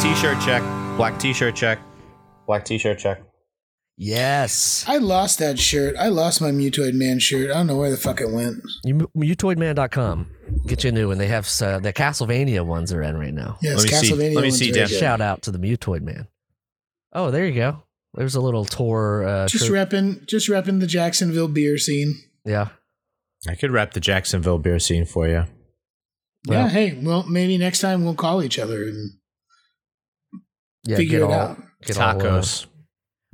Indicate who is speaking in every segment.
Speaker 1: t-shirt check. Black t-shirt check. Black t-shirt check.
Speaker 2: Yes.
Speaker 3: I lost that shirt. I lost my Mutoid Man shirt. I don't know where the fuck it went.
Speaker 2: You, mutoidman.com. Get you a new one. They have uh, the Castlevania ones are in right now.
Speaker 3: Yes,
Speaker 1: Let me see.
Speaker 3: Castlevania.
Speaker 1: Let me
Speaker 3: ones
Speaker 1: see,
Speaker 3: are
Speaker 1: Dan.
Speaker 3: good.
Speaker 2: Shout out to the Mutoid Man. Oh, there you go. There's a little tour. Uh,
Speaker 3: Just
Speaker 2: tro-
Speaker 3: repping, just repping the Jacksonville beer scene.
Speaker 2: yeah.
Speaker 1: I could rap the Jacksonville beer scene for you.
Speaker 3: Yeah.
Speaker 2: Well,
Speaker 3: Hey, well, maybe next time we'll call each other and
Speaker 2: yeah,
Speaker 3: figure
Speaker 2: get all,
Speaker 3: it out.
Speaker 2: Get all, uh,
Speaker 1: Tacos.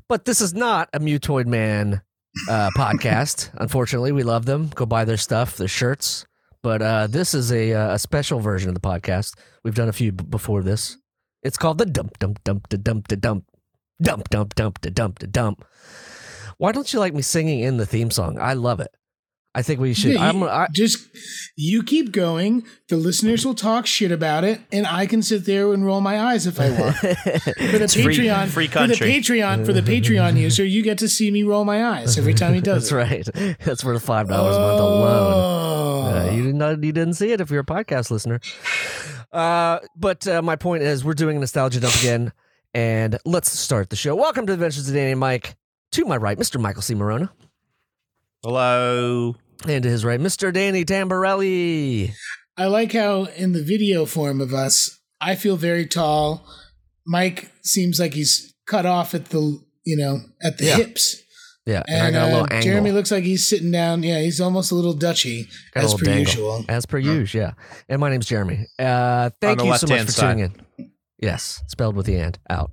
Speaker 2: but this is not a Mutoid Man uh, podcast. Unfortunately, we love them. Go buy their stuff, their shirts. But uh, this is a, uh, a special version of the podcast. We've done a few b- before this. It's called the dump, dump, dump, da dump, da dump, dump, dump, dump, da dump, da dump. Why don't you like me singing in the theme song? I love it. I think we should.
Speaker 3: Yeah,
Speaker 2: I'm,
Speaker 3: you-
Speaker 2: I,
Speaker 3: just you keep going. The listeners will talk shit about it, and I can sit there and roll my eyes if I want. For the
Speaker 1: free-
Speaker 3: Patreon,
Speaker 1: free
Speaker 3: for
Speaker 1: country.
Speaker 3: the Patreon, for the Patreon user, you get to see me roll my eyes every time he does
Speaker 2: that's
Speaker 3: it.
Speaker 2: right. That's worth five dollars a month alone. Uh,
Speaker 3: Oh,
Speaker 2: you did not. You didn't see it if you're a podcast listener. Uh, but uh, my point is, we're doing a nostalgia dump again, and let's start the show. Welcome to Adventures of Danny and Mike. To my right, Mr. Michael C. Morona,
Speaker 1: Hello.
Speaker 2: and to his right, Mr. Danny Tamborelli.
Speaker 3: I like how in the video form of us, I feel very tall. Mike seems like he's cut off at the you know at the
Speaker 2: Yeah.
Speaker 3: hips.
Speaker 2: Yeah, and, I
Speaker 3: And
Speaker 2: got a
Speaker 3: uh,
Speaker 2: little angle.
Speaker 3: Jeremy looks like he's sitting down. Yeah, he's almost a little Dutchy,
Speaker 2: Got a
Speaker 3: as
Speaker 2: little
Speaker 3: per
Speaker 2: dangle.
Speaker 3: usual.
Speaker 2: as per usual. Yeah, and my name's Jeremy. Uh, thank
Speaker 1: the
Speaker 2: you so much
Speaker 1: left-hand
Speaker 2: for tuning in. Yes, spelled with the and out.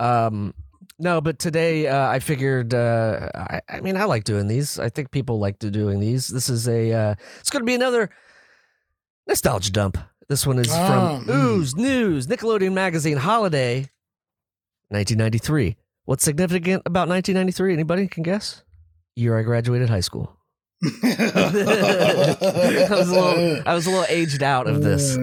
Speaker 2: Um, no, but today uh, I figured. Uh, I, I mean, I like doing these. I think people like to doing these. This is a. Uh, it's going to be another nostalgia dump. This one is
Speaker 3: Ah,
Speaker 2: from
Speaker 3: mm.
Speaker 2: Ooze News, Nickelodeon Magazine, Holiday, 1993. What's significant about 1993? Anybody can guess? Year I graduated high school. I was a little, I was a little aged out of this.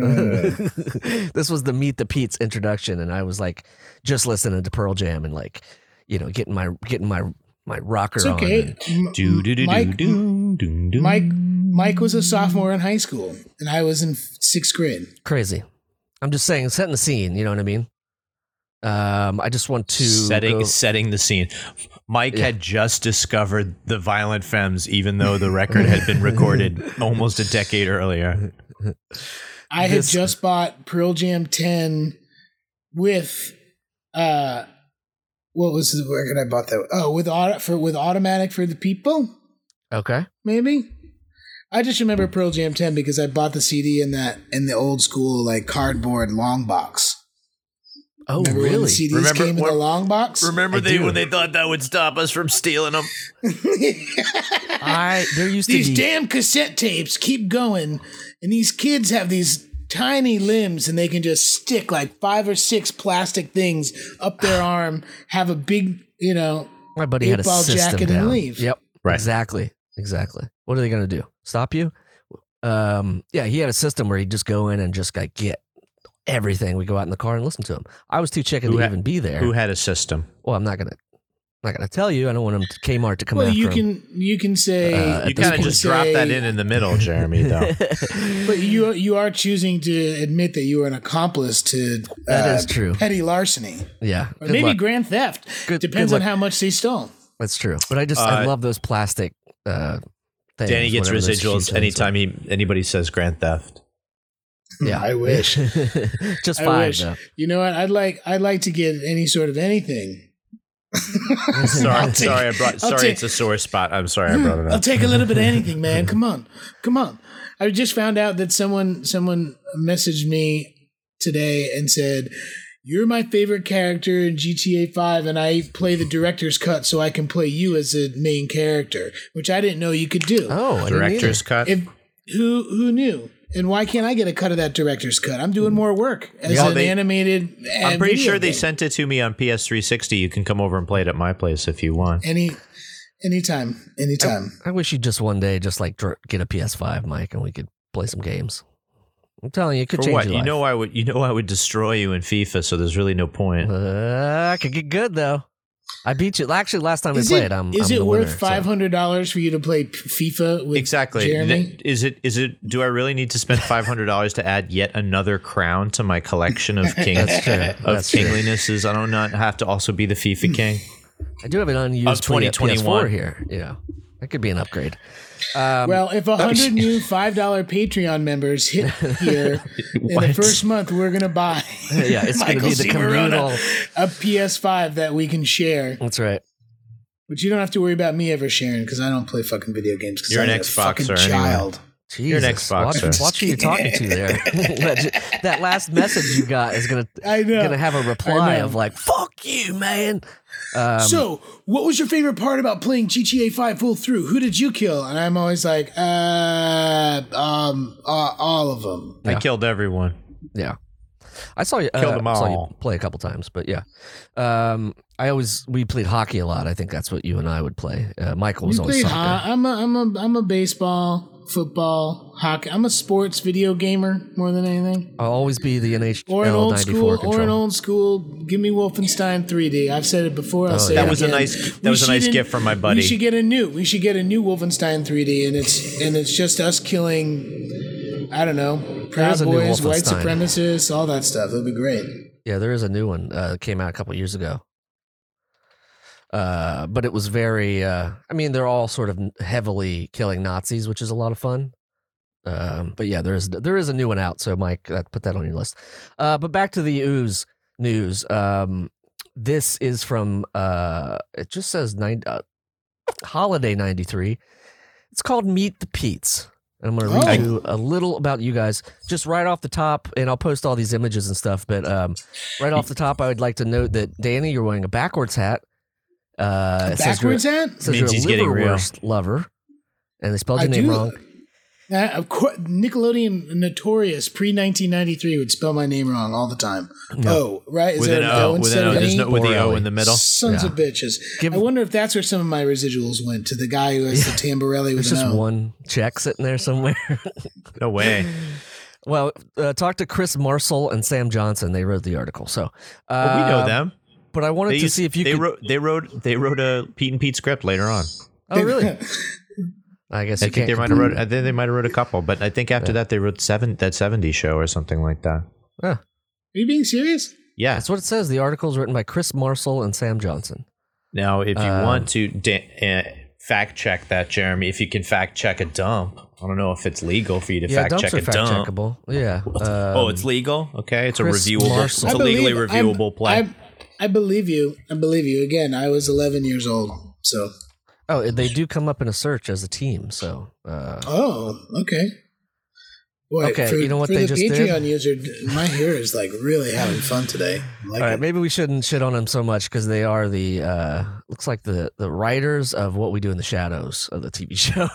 Speaker 2: this was the Meet the Pete's introduction, and I was like, just listening to Pearl Jam and like, you know, getting my getting my my rocker
Speaker 3: it's
Speaker 2: on.
Speaker 3: okay.
Speaker 2: and-
Speaker 3: M-
Speaker 1: Do do do do
Speaker 3: Mike,
Speaker 1: do do do.
Speaker 3: Mike, Mike was a sophomore in high school, and I was in sixth grade.
Speaker 2: crazy. I'm just saying, setting the scene. You know what I mean? Um, I just want to
Speaker 1: setting
Speaker 2: go-
Speaker 1: setting the scene. Mike
Speaker 2: Yeah.
Speaker 1: had just discovered the Violent Femmes, even though the record had been recorded almost a decade earlier.
Speaker 3: I had
Speaker 2: This-
Speaker 3: just bought Pearl Jam 10 with uh what was the record I bought that? Oh, with auto, for with automatic for the people,
Speaker 2: Okay,
Speaker 3: maybe. I just remember Pearl Jam 10 because I bought the CD in that in the old school like cardboard long box.
Speaker 2: oh
Speaker 3: Remember when the
Speaker 2: really?
Speaker 3: CDs
Speaker 1: Remember-
Speaker 3: came in the
Speaker 1: what-
Speaker 3: long box?
Speaker 1: Remember
Speaker 2: I
Speaker 1: they
Speaker 2: do.
Speaker 1: when they thought that would stop us from stealing them?
Speaker 2: I there used to
Speaker 3: these
Speaker 2: be
Speaker 3: damn cassette tapes keep going, and these kids have these tiny limbs, and they can just stick like five or six plastic things up their arm, have a big, you know,
Speaker 2: my buddy had a
Speaker 3: eight ball
Speaker 2: system
Speaker 3: jacket and
Speaker 2: down.
Speaker 3: leave.
Speaker 2: Yep.
Speaker 1: Right.
Speaker 2: Exactly. Exactly. What are they going to do? Stop you? Um, yeah, he had a system where he'd just go in and just like get everything. We go out in the car and listen to him. I was too chicken
Speaker 1: Who
Speaker 2: to
Speaker 1: ha-
Speaker 2: even be there.
Speaker 1: Who had a system?
Speaker 2: well, I'm not gonna, not gonna tell you. I don't want him to Kmart to come
Speaker 3: well,
Speaker 2: after
Speaker 3: you
Speaker 2: him.
Speaker 3: can you can say
Speaker 2: Uh,
Speaker 1: You
Speaker 2: this
Speaker 1: kind of
Speaker 2: point-
Speaker 1: just dropped that in in the middle, Jeremy. Though
Speaker 3: But you you are choosing to admit that you were an accomplice to uh,
Speaker 2: That is true.
Speaker 3: petty larceny
Speaker 2: yeah,
Speaker 3: or
Speaker 2: good
Speaker 3: maybe
Speaker 2: luck.
Speaker 3: grand theft.
Speaker 2: Good-
Speaker 3: Depends
Speaker 2: good
Speaker 3: on
Speaker 2: luck.
Speaker 3: how much they stole.
Speaker 2: that's true. But I just I
Speaker 1: Uh,
Speaker 2: love those plastic. Uh, things,
Speaker 1: Danny gets
Speaker 2: whatever those huge
Speaker 1: residuals
Speaker 2: things
Speaker 1: anytime he anybody says Grand Theft.
Speaker 2: are. Yeah,
Speaker 3: I wish.
Speaker 2: just
Speaker 3: I
Speaker 2: five
Speaker 3: wish.
Speaker 2: though.
Speaker 3: You know what? I'd like I'd like to get any sort of anything. I'll
Speaker 1: Sorry,
Speaker 3: take-
Speaker 1: sorry, I brought.
Speaker 3: I'll
Speaker 1: Sorry,
Speaker 3: take-
Speaker 1: it's a sore spot. I'm sorry, I brought it
Speaker 3: I'll
Speaker 1: up.
Speaker 3: take a little bit of anything, man. Come on, come on. I just found out that someone someone messaged me today and said, "You're my favorite character in GTA 5, and I play the director's cut so I can play you as a main character," which I didn't know you could do.
Speaker 2: Oh, I didn't
Speaker 1: Director's cut.
Speaker 3: If who who knew? And why can't I get a cut of that director's cut? I'm doing more work as
Speaker 1: Yeah,
Speaker 3: an
Speaker 1: they-
Speaker 3: animated.
Speaker 1: I'm pretty sure they
Speaker 3: said.
Speaker 1: sent it to me on PS360. You can come over and play it at my place if you want.
Speaker 3: any anytime anytime
Speaker 2: I wish you'd just one day just like dr- get a PS5, Mike, and we could play some games. I'm telling you, it could
Speaker 1: For
Speaker 2: change
Speaker 1: what?
Speaker 2: your
Speaker 1: You
Speaker 2: life.
Speaker 1: know I would you know I would destroy you in FIFA, so there's really no point.
Speaker 2: uh, I could get good though. I beat you. Actually, last time
Speaker 3: Is
Speaker 2: we
Speaker 3: it,
Speaker 2: played, I'm.
Speaker 3: is
Speaker 2: I'm the
Speaker 3: it worth
Speaker 2: winner, so-
Speaker 3: five hundred dollars for you to play P- FIFA with
Speaker 1: Exactly.
Speaker 3: Jeremy?
Speaker 1: Th- Is it? Is it? Do I really need to spend five hundred dollars to add yet another crown to my collection of king
Speaker 2: That's true.
Speaker 1: of
Speaker 2: That's true.
Speaker 1: kinglinesses? I do not have to also be the
Speaker 3: Hmm.
Speaker 1: FIFA king.
Speaker 2: I do have an unused
Speaker 1: Of
Speaker 2: P-
Speaker 1: 2021.
Speaker 2: PS4 here. You know, that could be an upgrade.
Speaker 3: well, if hundred new five dollar Patreon members hit here in the
Speaker 1: What?
Speaker 3: first month, we're gonna buy
Speaker 2: Yeah, it's going to
Speaker 3: Michael
Speaker 2: be the
Speaker 3: C.
Speaker 2: communal.
Speaker 3: Verona. a PS5 that we can share.
Speaker 2: That's right.
Speaker 3: But you don't have to worry about me ever sharing because I don't play fucking video games. 'cause
Speaker 1: You're
Speaker 3: I'm
Speaker 1: an
Speaker 3: a
Speaker 1: Xboxer
Speaker 3: fucking
Speaker 1: anyway.
Speaker 3: child.
Speaker 2: Jesus.
Speaker 1: an
Speaker 2: Watch,
Speaker 1: Xboxer.
Speaker 2: watch who you're talking to there. Legend- that last message you got is going to
Speaker 3: I know.
Speaker 2: going to have a reply
Speaker 3: I know.
Speaker 2: of like "fuck you, man." Um,
Speaker 3: so, what was your favorite part about playing GTA 5 full through? Who did you kill? And I'm always like, uh, um, uh, all of them.
Speaker 1: I
Speaker 2: Yeah.
Speaker 1: killed everyone.
Speaker 2: Yeah. I saw you. Uh,
Speaker 1: Killed 'em
Speaker 2: I saw you
Speaker 1: all.
Speaker 2: play a couple times, but yeah. Um, I always we played hockey a lot. I think that's what you and I would play. Uh, Michael was
Speaker 3: You
Speaker 2: always
Speaker 3: played
Speaker 2: soccer.
Speaker 3: ho- I'm a, I'm a, I'm a baseball, football, hockey. I'm a sports video gamer more than anything.
Speaker 2: I'll always be the NHL
Speaker 3: Or an old
Speaker 2: 94
Speaker 3: school,
Speaker 2: controller.
Speaker 3: or an old school. Give me Wolfenstein 3D. I've said it before. I'll say
Speaker 2: Oh, yeah.
Speaker 3: it
Speaker 2: That
Speaker 1: was a
Speaker 3: again.
Speaker 1: nice- that
Speaker 3: We
Speaker 1: was a nice
Speaker 3: shouldn't-
Speaker 1: gift from my buddy.
Speaker 3: We should get a new. We should get a new Wolfenstein 3D, and it's and it's just us killing. I don't know,
Speaker 2: is
Speaker 3: Proud
Speaker 2: a new
Speaker 3: Boys, white
Speaker 2: Wolfenstein.
Speaker 3: supremacists, all that stuff. It'd be great.
Speaker 2: yeah, there is a new one uh, that came out a couple years ago. Uh, but it was very. Uh, I mean, they're all sort of heavily killing Nazis, which is a lot of fun. Um, but yeah, there is there is a new one out. So Mike, uh, put that on your list. Uh, but back to the ooze news. Um, this is from. Uh, it just says nine, uh, holiday ninety three. It's called Meet the Peets. And I'm going to read
Speaker 3: Oh.
Speaker 2: you a little about you guys just right off the top, and I'll post all these images and stuff. But um, right off the top, I would like to note that Danny, you're wearing a backwards hat. Uh, it says you're-
Speaker 3: Backwards hat.
Speaker 2: says
Speaker 1: Means
Speaker 2: you're a
Speaker 1: he's getting real.
Speaker 2: liverwurst lover, and they spelled
Speaker 3: I
Speaker 2: your name
Speaker 3: do-
Speaker 2: wrong.
Speaker 3: Uh, of course, Nickelodeon Notorious pre 1993 would spell my name wrong all the time. Oh, right? Is
Speaker 1: With
Speaker 3: there
Speaker 1: an O, with
Speaker 3: instead
Speaker 1: an O,
Speaker 3: of
Speaker 1: there's
Speaker 3: E?
Speaker 1: no with the O
Speaker 2: Borelli.
Speaker 1: in the middle.
Speaker 3: Sons
Speaker 2: Yeah.
Speaker 3: of bitches.
Speaker 2: Give-
Speaker 3: I wonder if that's where some of my residuals went to the guy who has the tamborelli with
Speaker 2: There's
Speaker 3: an
Speaker 2: just
Speaker 3: O.
Speaker 2: one check sitting there somewhere.
Speaker 1: No way.
Speaker 2: well, uh, talk to Chris Marcel and Sam Johnson. They wrote the article, so uh,
Speaker 1: Well, Oh, we know them.
Speaker 2: But I wanted
Speaker 1: They
Speaker 2: to
Speaker 1: used-
Speaker 2: see if you
Speaker 1: they
Speaker 2: could.
Speaker 1: wrote they wrote they wrote a Pete and Pete script later on.
Speaker 2: oh, really? I guess
Speaker 1: I
Speaker 2: you
Speaker 1: think
Speaker 2: can't
Speaker 1: they might have wrote I think they might have wrote a couple, but I think after that they wrote seven that seventy show or something like that.
Speaker 3: Are you being serious?
Speaker 1: Yeah.
Speaker 2: That's what it says. The article is written by Chris Marcel and Sam Johnson.
Speaker 1: Now, if you
Speaker 2: Um,
Speaker 1: want to da- uh, fact check that, Jeremy, if you can fact check a dump, I don't know if it's legal for you to
Speaker 2: yeah,
Speaker 1: fact check
Speaker 2: dumps
Speaker 1: a
Speaker 2: are fact
Speaker 1: dump.
Speaker 2: checkable. Yeah.
Speaker 1: oh,
Speaker 2: um,
Speaker 1: it's legal. Okay, it's
Speaker 2: Chris
Speaker 1: a reviewable.
Speaker 2: Marshall.
Speaker 1: It's a
Speaker 3: I
Speaker 1: legally
Speaker 3: believe- I'm-
Speaker 1: reviewable play.
Speaker 3: I, I believe you. I believe you. Again, I was 11 years old. So,
Speaker 2: oh, they do come up in a search as a team. So uh,
Speaker 3: oh, okay. Boy,
Speaker 2: Okay,
Speaker 3: for,
Speaker 2: you know what
Speaker 3: for
Speaker 2: they
Speaker 3: the
Speaker 2: just did?
Speaker 3: Patreon user, my hair is like really having fun today. I Like
Speaker 2: All right,
Speaker 3: it.
Speaker 2: maybe we shouldn't shit on them so much because they are the uh, looks like the the writers of what we do in the shadows of the TV show.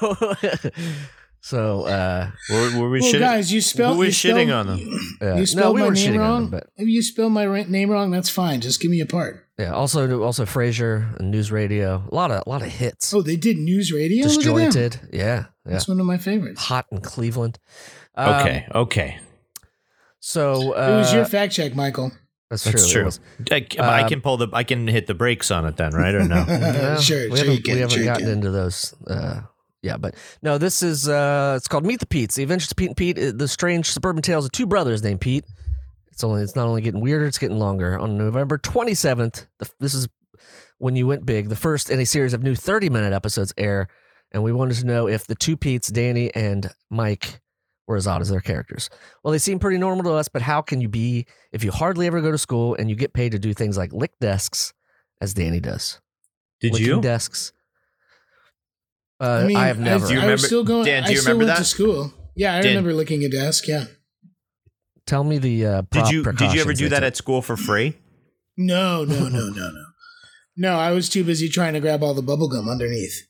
Speaker 2: so uh,
Speaker 1: Were, were we
Speaker 3: well,
Speaker 1: shitting?
Speaker 3: guys, you spelled.
Speaker 1: were we
Speaker 3: you spelled-
Speaker 1: shitting on them?
Speaker 2: yeah.
Speaker 3: You spelled
Speaker 2: we
Speaker 3: my
Speaker 2: weren't
Speaker 3: name
Speaker 2: shitting on
Speaker 3: wrong.
Speaker 2: them, but
Speaker 3: If you spell my ra- name wrong, that's fine. Just give me a part.
Speaker 2: yeah. Also, also Frasier and News Radio, a lot of a lot of hits.
Speaker 3: Oh, they did news radio. Look at them.
Speaker 2: Disjointed, yeah, yeah.
Speaker 3: That's one of my favorites.
Speaker 2: Hot in Cleveland. Um,
Speaker 1: Okay, okay,
Speaker 2: so
Speaker 3: it
Speaker 2: uh,
Speaker 3: was your fact check, Michael.
Speaker 2: that's true.
Speaker 1: that's
Speaker 2: it
Speaker 1: true.
Speaker 2: was.
Speaker 1: I, c- I
Speaker 3: uh,
Speaker 1: can pull the. I can hit the brakes on it then, right or no?
Speaker 2: Well,
Speaker 3: sure,
Speaker 2: we
Speaker 3: sure you
Speaker 2: haven't,
Speaker 3: can.
Speaker 2: we haven't
Speaker 3: sure you
Speaker 2: gotten
Speaker 3: can.
Speaker 2: into those. Uh, yeah, but no, this is uh, it's called Meet the Pete's. The Adventures of Pete and Pete, uh, the strange suburban tales of two brothers named Pete. It's only it's not only getting weirder, it's getting longer. On November twenty seventh, this is when you went big. The first in a series of new thirty minute episodes air, and we wanted to know if the two Pete's, Danny and Mike, were as odd as their characters. Well, they seem pretty normal to us, but how can you be if you hardly ever go to school and you get paid to do things like lick desks, as Danny does?
Speaker 1: Did
Speaker 2: licking
Speaker 1: you?
Speaker 2: desks. Uh, I,
Speaker 3: mean,
Speaker 2: have never.
Speaker 3: I,
Speaker 1: Do you
Speaker 3: was
Speaker 1: remember-
Speaker 3: still going.
Speaker 1: Dan, do
Speaker 3: I
Speaker 1: you
Speaker 3: still
Speaker 1: remember
Speaker 3: went
Speaker 1: that?
Speaker 3: to school. Yeah, I
Speaker 1: Dan-
Speaker 3: remember licking a desk. Yeah.
Speaker 2: Tell me the uh,
Speaker 1: Did
Speaker 2: prop
Speaker 1: you? Did you ever
Speaker 2: precautions
Speaker 1: do
Speaker 2: they
Speaker 1: that
Speaker 2: took.
Speaker 1: at school for free?
Speaker 3: No, no, no, no, no. No, I was too busy trying to grab all the bubble gum underneath.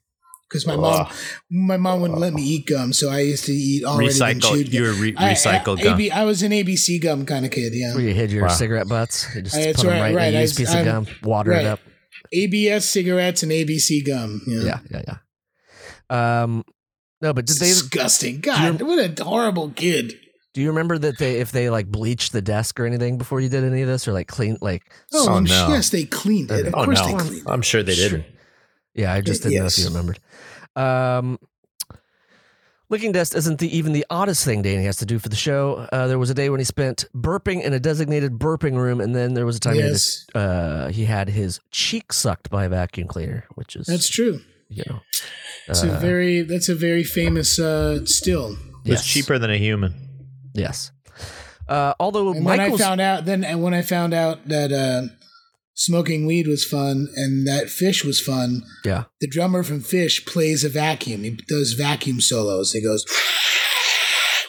Speaker 3: Because my mom,
Speaker 1: Ugh.
Speaker 3: my mom wouldn't let me eat gum, so I used to eat already been
Speaker 1: Recycle.
Speaker 3: chewed
Speaker 1: You
Speaker 3: gum.
Speaker 1: were re-
Speaker 3: I- I-
Speaker 1: recycled gum.
Speaker 3: AB I was an ABC gum kind of kid. Yeah.
Speaker 2: where you hid your
Speaker 1: Wow.
Speaker 2: cigarette butts? You just
Speaker 3: Hey,
Speaker 2: put
Speaker 3: Uh, it's
Speaker 2: them
Speaker 3: right,
Speaker 2: right,
Speaker 3: right,
Speaker 2: in a
Speaker 3: I-
Speaker 2: used piece of
Speaker 3: I'm-
Speaker 2: gum, water
Speaker 3: right.
Speaker 2: it up.
Speaker 3: ABS cigarettes and ABC gum. Yeah.
Speaker 2: Yeah, yeah, yeah. Um, no, but did they?
Speaker 3: disgusting. God, what a horrible kid.
Speaker 2: Do Do you remember that they if they like bleached the desk or anything before you did any of this or like clean like
Speaker 3: Oh,
Speaker 1: Oh,
Speaker 3: I'm
Speaker 1: no.
Speaker 3: sure- yes, they cleaned it. Of
Speaker 1: Oh,
Speaker 3: course
Speaker 1: no.
Speaker 3: they cleaned it.
Speaker 4: I'm sure they didn't.
Speaker 2: Yeah, I just didn't know if you
Speaker 3: Yes.
Speaker 2: remembered. Um, licking dust isn't the, even the oddest thing Danny has to do for the show. Uh, there was a day when he spent burping in a designated burping room, and then there was a time he had
Speaker 3: Yes,
Speaker 2: to- uh, he had his cheek sucked by a vacuum cleaner, which is
Speaker 3: that's true.
Speaker 2: you know,
Speaker 3: It's a
Speaker 2: uh,
Speaker 3: very that's a very famous uh, still.
Speaker 1: It was
Speaker 2: yes,
Speaker 1: cheaper than a human.
Speaker 2: Yes. Uh, although
Speaker 3: And when I
Speaker 2: Michael's
Speaker 3: found out, then and when I found out that uh, smoking weed was fun and that fish was fun,
Speaker 2: yeah
Speaker 3: the drummer from Fish plays a vacuum. He does vacuum solos. He goes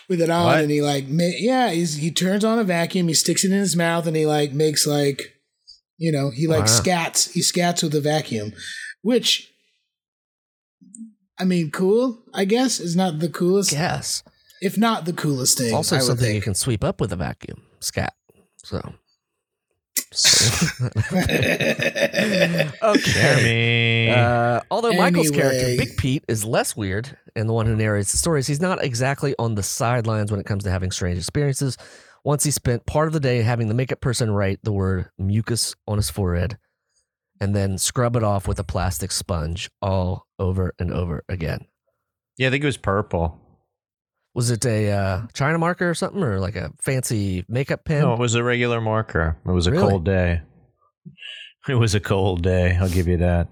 Speaker 3: with it on,
Speaker 1: What?
Speaker 3: and he like ma- yeah, he's, he turns on a vacuum. He sticks it in his mouth, and he like makes like you know he
Speaker 2: Wow.
Speaker 3: like scats. He scats with a vacuum, which I mean, cool. I guess is not the coolest,
Speaker 2: yes
Speaker 3: if not the coolest thing.
Speaker 2: also
Speaker 3: I would
Speaker 2: something you
Speaker 3: think.
Speaker 2: can sweep up with a vacuum scat. So okay.
Speaker 1: Jeremy.
Speaker 2: Uh, although Michael's character,
Speaker 3: Anyway.
Speaker 2: Big Pete, is less weird and the one who narrates the stories, he's not exactly on the sidelines when it comes to having strange experiences. Once he spent part of the day having the makeup person write the word mucus on his forehead and then scrub it off with a plastic sponge all over and over again.
Speaker 1: yeah, I think it was purple.
Speaker 2: Was it a uh, China marker or something or like a fancy makeup pen?
Speaker 1: No, it was a regular marker. It was a
Speaker 2: Really?
Speaker 1: cold day. It was a cold day. I'll give you that.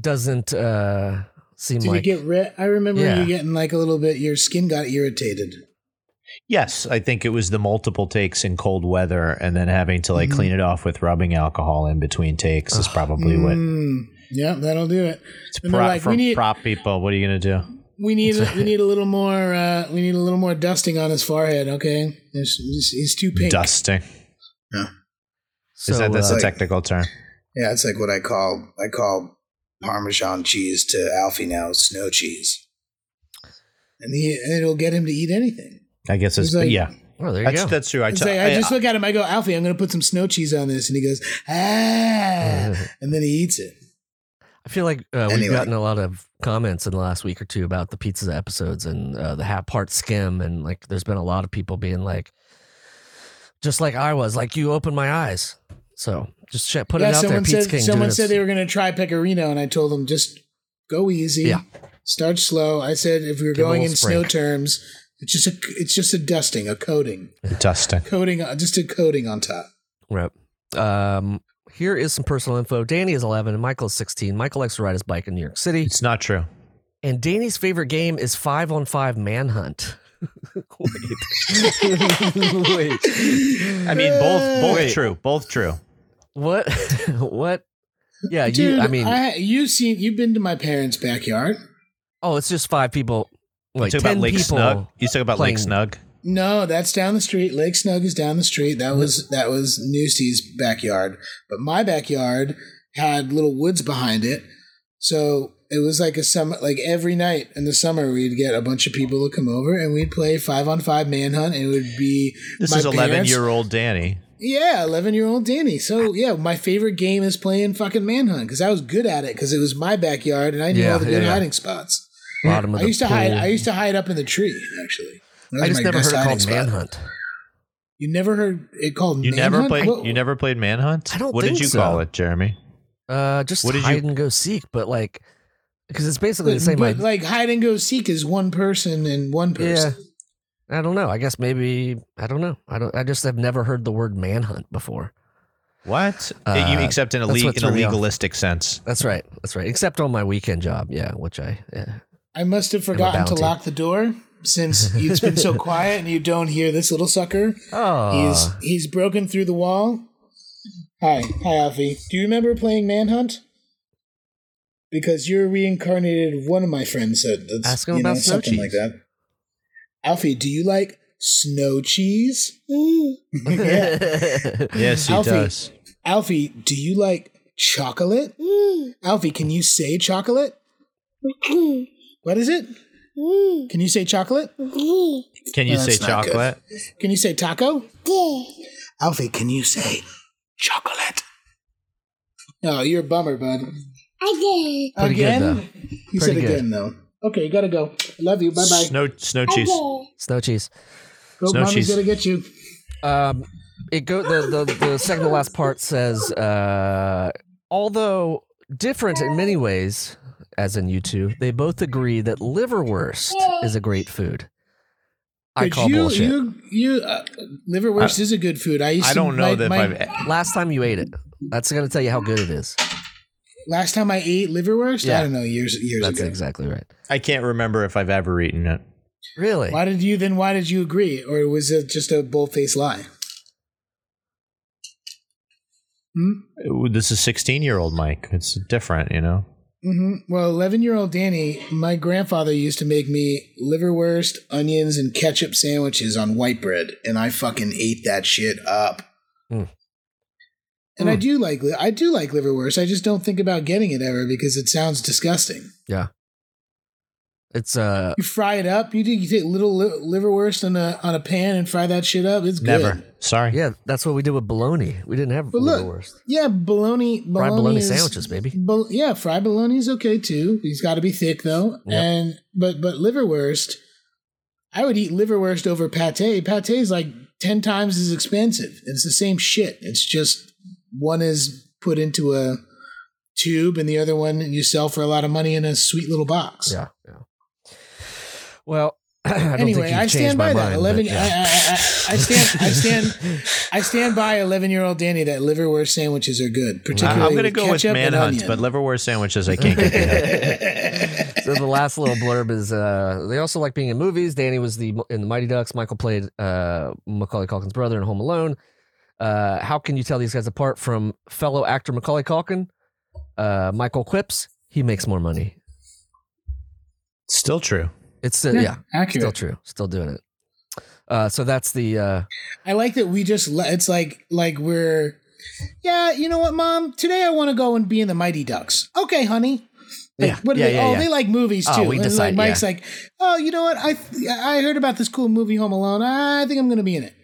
Speaker 2: Doesn't uh, seem
Speaker 3: Did
Speaker 2: like.
Speaker 3: you get red? I remember
Speaker 2: Yeah.
Speaker 3: you getting like a little bit. Your skin got irritated.
Speaker 1: Yes, I think it was the multiple takes in cold weather and then having to like
Speaker 3: Mm-hmm.
Speaker 1: clean it off with rubbing alcohol in between takes is probably what
Speaker 3: Mm, yeah, that'll do it.
Speaker 1: it's
Speaker 3: And they're
Speaker 1: prop,
Speaker 3: like,
Speaker 1: for
Speaker 3: we need-
Speaker 1: prop people. What are you gonna do?
Speaker 3: We need we need a little more. Uh, we need a little more dusting on his forehead. Okay, It's- it's- he's too pink.
Speaker 1: Dusting.
Speaker 2: so,
Speaker 1: is that that's
Speaker 2: uh,
Speaker 1: a
Speaker 3: like-
Speaker 1: technical term?
Speaker 3: Yeah, it's like what I call I call Parmesan cheese to Alfie now snow cheese, and he and it'll get him to eat anything.
Speaker 1: I guess it's
Speaker 3: It's like-
Speaker 1: yeah.
Speaker 2: oh, there you
Speaker 1: That's
Speaker 2: go.
Speaker 1: that's true. I
Speaker 3: It's
Speaker 1: tell-
Speaker 3: like, I just look at him. I go, Alfie, I'm going to put some snow cheese on this, and he goes, ah, and then he eats it.
Speaker 2: I feel like uh, we've
Speaker 3: Anyway.
Speaker 2: gotten a lot of comments in the last week or two about the pizza episodes and uh, the half part skim, and like there's been a lot of people being like, just like I was, like you opened my eyes. So just sh- put it out there,
Speaker 3: someone
Speaker 2: Pizza
Speaker 3: said
Speaker 2: King.
Speaker 3: someone
Speaker 2: doing
Speaker 3: said
Speaker 2: his-
Speaker 3: they were going to try pecorino, and I told them just go easy.
Speaker 2: Yeah.
Speaker 3: Start slow. I said if we were
Speaker 2: Give 'em a
Speaker 3: going in
Speaker 2: little
Speaker 3: snow
Speaker 2: sprinkle.
Speaker 3: terms, it's just a it's just a dusting, a coating,
Speaker 1: dusting.
Speaker 3: coating, uh, just a coating on top.
Speaker 2: Right. Um, here is some personal info. Danny is 11 and Michael is 16. Michael likes to ride his bike in New York City.
Speaker 1: It's not true.
Speaker 2: And Danny's favorite game is five on five manhunt. Wait. Wait.
Speaker 3: Uh,
Speaker 1: I mean both both true. Both true.
Speaker 2: What? what? Yeah,
Speaker 3: Dude,
Speaker 2: you. I mean,
Speaker 3: you've seen you've been to my parents' backyard.
Speaker 2: Oh, it's just five people. Like
Speaker 1: you talk
Speaker 2: ten
Speaker 1: about Lake
Speaker 2: people.
Speaker 1: Snug. You talk about Lake
Speaker 2: playing-
Speaker 1: Snug.
Speaker 3: No, that's down the street. Lake Snug is down the street. That was that was Newsy's backyard, but my backyard had little woods behind it, so it was like a summer. Like every night in the summer, we'd get a bunch of people to come over, and we'd play five on five manhunt. And it would be
Speaker 1: This
Speaker 3: my
Speaker 1: is eleven
Speaker 3: parents-
Speaker 1: year old Danny.
Speaker 3: yeah, eleven year old Danny. So yeah, my favorite game is playing fucking manhunt because I was good at it because it was my backyard and I knew
Speaker 2: Yeah,
Speaker 3: all the good
Speaker 2: yeah, yeah.
Speaker 3: hiding spots.
Speaker 2: Bottom of
Speaker 3: I
Speaker 2: the
Speaker 3: used to hide.
Speaker 2: pool.
Speaker 3: I used to hide up in the tree actually. That
Speaker 2: I
Speaker 3: was
Speaker 2: just
Speaker 3: my
Speaker 2: never
Speaker 3: best
Speaker 2: heard it
Speaker 3: hiding
Speaker 2: called
Speaker 3: spot.
Speaker 2: manhunt.
Speaker 3: You never heard it called
Speaker 1: You never
Speaker 3: Manhunt?
Speaker 1: played.
Speaker 3: What-
Speaker 1: You never played Manhunt.
Speaker 2: I don't
Speaker 1: What
Speaker 2: think
Speaker 1: did you
Speaker 2: so.
Speaker 1: call it, Jeremy?
Speaker 2: Uh, just
Speaker 1: What did you-
Speaker 2: hide and go seek, but like, because it's basically
Speaker 3: but,
Speaker 2: the same.
Speaker 3: but
Speaker 2: idea.
Speaker 3: like hide and go seek is one person and one person.
Speaker 2: I don't know. I guess maybe I don't know. I don't. I just have never heard the word manhunt before.
Speaker 1: What?
Speaker 2: Uh,
Speaker 1: you except in a
Speaker 2: that's
Speaker 1: le-
Speaker 2: what
Speaker 1: in a
Speaker 2: threw me off.
Speaker 1: legalistic sense.
Speaker 2: That's right. That's right. Except on my weekend job, yeah, which I yeah.
Speaker 3: I must have forgotten to
Speaker 2: bounty.
Speaker 3: lock the door since it's been so quiet and you don't hear this little sucker.
Speaker 2: Oh,
Speaker 3: He's he's broken through the wall. Hi, hi, Alfie. Do you remember playing Manhunt? Because you're reincarnated. One of my friends said that's
Speaker 2: Ask him
Speaker 3: you know,
Speaker 2: about snow
Speaker 3: something like
Speaker 2: cheese.
Speaker 3: that. Alfie, do you like snow cheese? yeah.
Speaker 1: Yes, he
Speaker 3: Alfie.
Speaker 1: does.
Speaker 3: Alfie, do you like chocolate? Alfie, can you say chocolate? what is it? Can you say chocolate?
Speaker 1: Can you
Speaker 3: No,
Speaker 1: say
Speaker 3: that's not good.
Speaker 1: chocolate?
Speaker 3: Can you say taco? Alfie, can you say chocolate? Oh, you're a bummer, bud.
Speaker 5: I
Speaker 2: Pretty good,
Speaker 3: again?
Speaker 2: though. Pretty
Speaker 3: He said
Speaker 2: good.
Speaker 3: again, though. Okay, Oh, you gotta go. Love you. Bye bye.
Speaker 1: Snow snow cheese.
Speaker 5: did.
Speaker 2: snow cheese.
Speaker 3: Go,
Speaker 1: No,
Speaker 3: mommy's
Speaker 1: she's-
Speaker 3: gonna get you.
Speaker 2: Um, it go the, the the second to last part says, uh, although different in many ways, as in you two, they both agree that liverwurst is a great food. I
Speaker 3: But
Speaker 2: call
Speaker 3: you,
Speaker 2: bullshit.
Speaker 3: you, you, uh, liverwurst is a good food. I used
Speaker 1: I
Speaker 3: to-
Speaker 1: don't know
Speaker 3: my-
Speaker 1: that
Speaker 3: my-
Speaker 1: if I've
Speaker 2: Last time you ate it, that's gonna tell you how good it is.
Speaker 3: last time I ate liverwurst,
Speaker 2: Yeah.
Speaker 3: I don't know, years years
Speaker 2: That's
Speaker 3: ago.
Speaker 2: exactly right.
Speaker 1: I can't remember if I've ever eaten it.
Speaker 2: Really?
Speaker 3: Why did you then? Why did you agree, or was it just a bold-faced lie? Hmm?
Speaker 1: Ooh, This is 16 year old Mike. It's different, you know.
Speaker 3: hmm Well, 11 year old Danny, my grandfather used to make me liverwurst, onions, and ketchup sandwiches on white bread, and I fucking ate that shit up.
Speaker 2: Mm.
Speaker 3: And I
Speaker 2: Mm.
Speaker 3: do like li- I do like liverwurst. I just don't think about getting it ever because it sounds disgusting.
Speaker 2: It's uh
Speaker 3: You fry it up. You do. You take little li- liverwurst on a on a pan and fry that shit up. It's good.
Speaker 1: Never. Sorry.
Speaker 2: yeah, that's what we did with bologna. We didn't have
Speaker 3: But look,
Speaker 2: liverwurst.
Speaker 3: Yeah, bologna. bologna
Speaker 2: Fried bologna
Speaker 3: is-
Speaker 2: sandwiches, baby.
Speaker 3: Bol- yeah, fried bologna is okay too. He's got to be thick though.
Speaker 2: Yep.
Speaker 3: And but but liverwurst, I would eat liverwurst over pate. Pate is like ten times as expensive. It's the same shit. It's just one is put into a tube and the other one you sell for a lot of money in a sweet little box.
Speaker 2: Yeah. yeah. Well, I don't
Speaker 3: Anyway,
Speaker 2: think you've
Speaker 3: I
Speaker 2: changed
Speaker 3: stand
Speaker 2: my
Speaker 3: by
Speaker 2: mind,
Speaker 3: that.
Speaker 2: but
Speaker 3: Eleven. I, I,
Speaker 2: yeah.
Speaker 3: I, I stand. I stand. I stand by eleven-year-old Danny that liverwurst sandwiches are good,
Speaker 1: I-
Speaker 3: particularly
Speaker 1: I'm going to
Speaker 3: with
Speaker 1: go with
Speaker 3: ketchup and
Speaker 1: manhunt,
Speaker 3: onion.
Speaker 1: but liverwurst sandwiches I can't get. behind.
Speaker 2: so the last little blurb is uh, they also like being in movies. Danny was the in the Mighty Ducks. Michael played uh, Macaulay Culkin's brother in Home Alone. Uh, how can you tell these guys apart from fellow actor Macaulay Culkin? Uh, Michael Quips, he makes more money.
Speaker 1: Still true.
Speaker 2: It's still, yeah,
Speaker 3: Yeah,
Speaker 2: still
Speaker 3: accurate.
Speaker 2: true, still doing it. Uh, so that's the uh,
Speaker 3: I like that we just let it's like like we're yeah, you know what, mom? Today I want to go and be in the Mighty Ducks. Okay, honey. Like,
Speaker 2: Yeah,
Speaker 3: What do
Speaker 2: yeah,
Speaker 3: they?
Speaker 2: yeah,
Speaker 3: oh,
Speaker 2: yeah.
Speaker 3: they like movies too.
Speaker 2: Oh, we
Speaker 3: And,
Speaker 2: decide,
Speaker 3: like Mike's
Speaker 2: yeah.
Speaker 3: like, oh, you know what? I I heard about this cool movie Home Alone. I think I'm gonna be in it.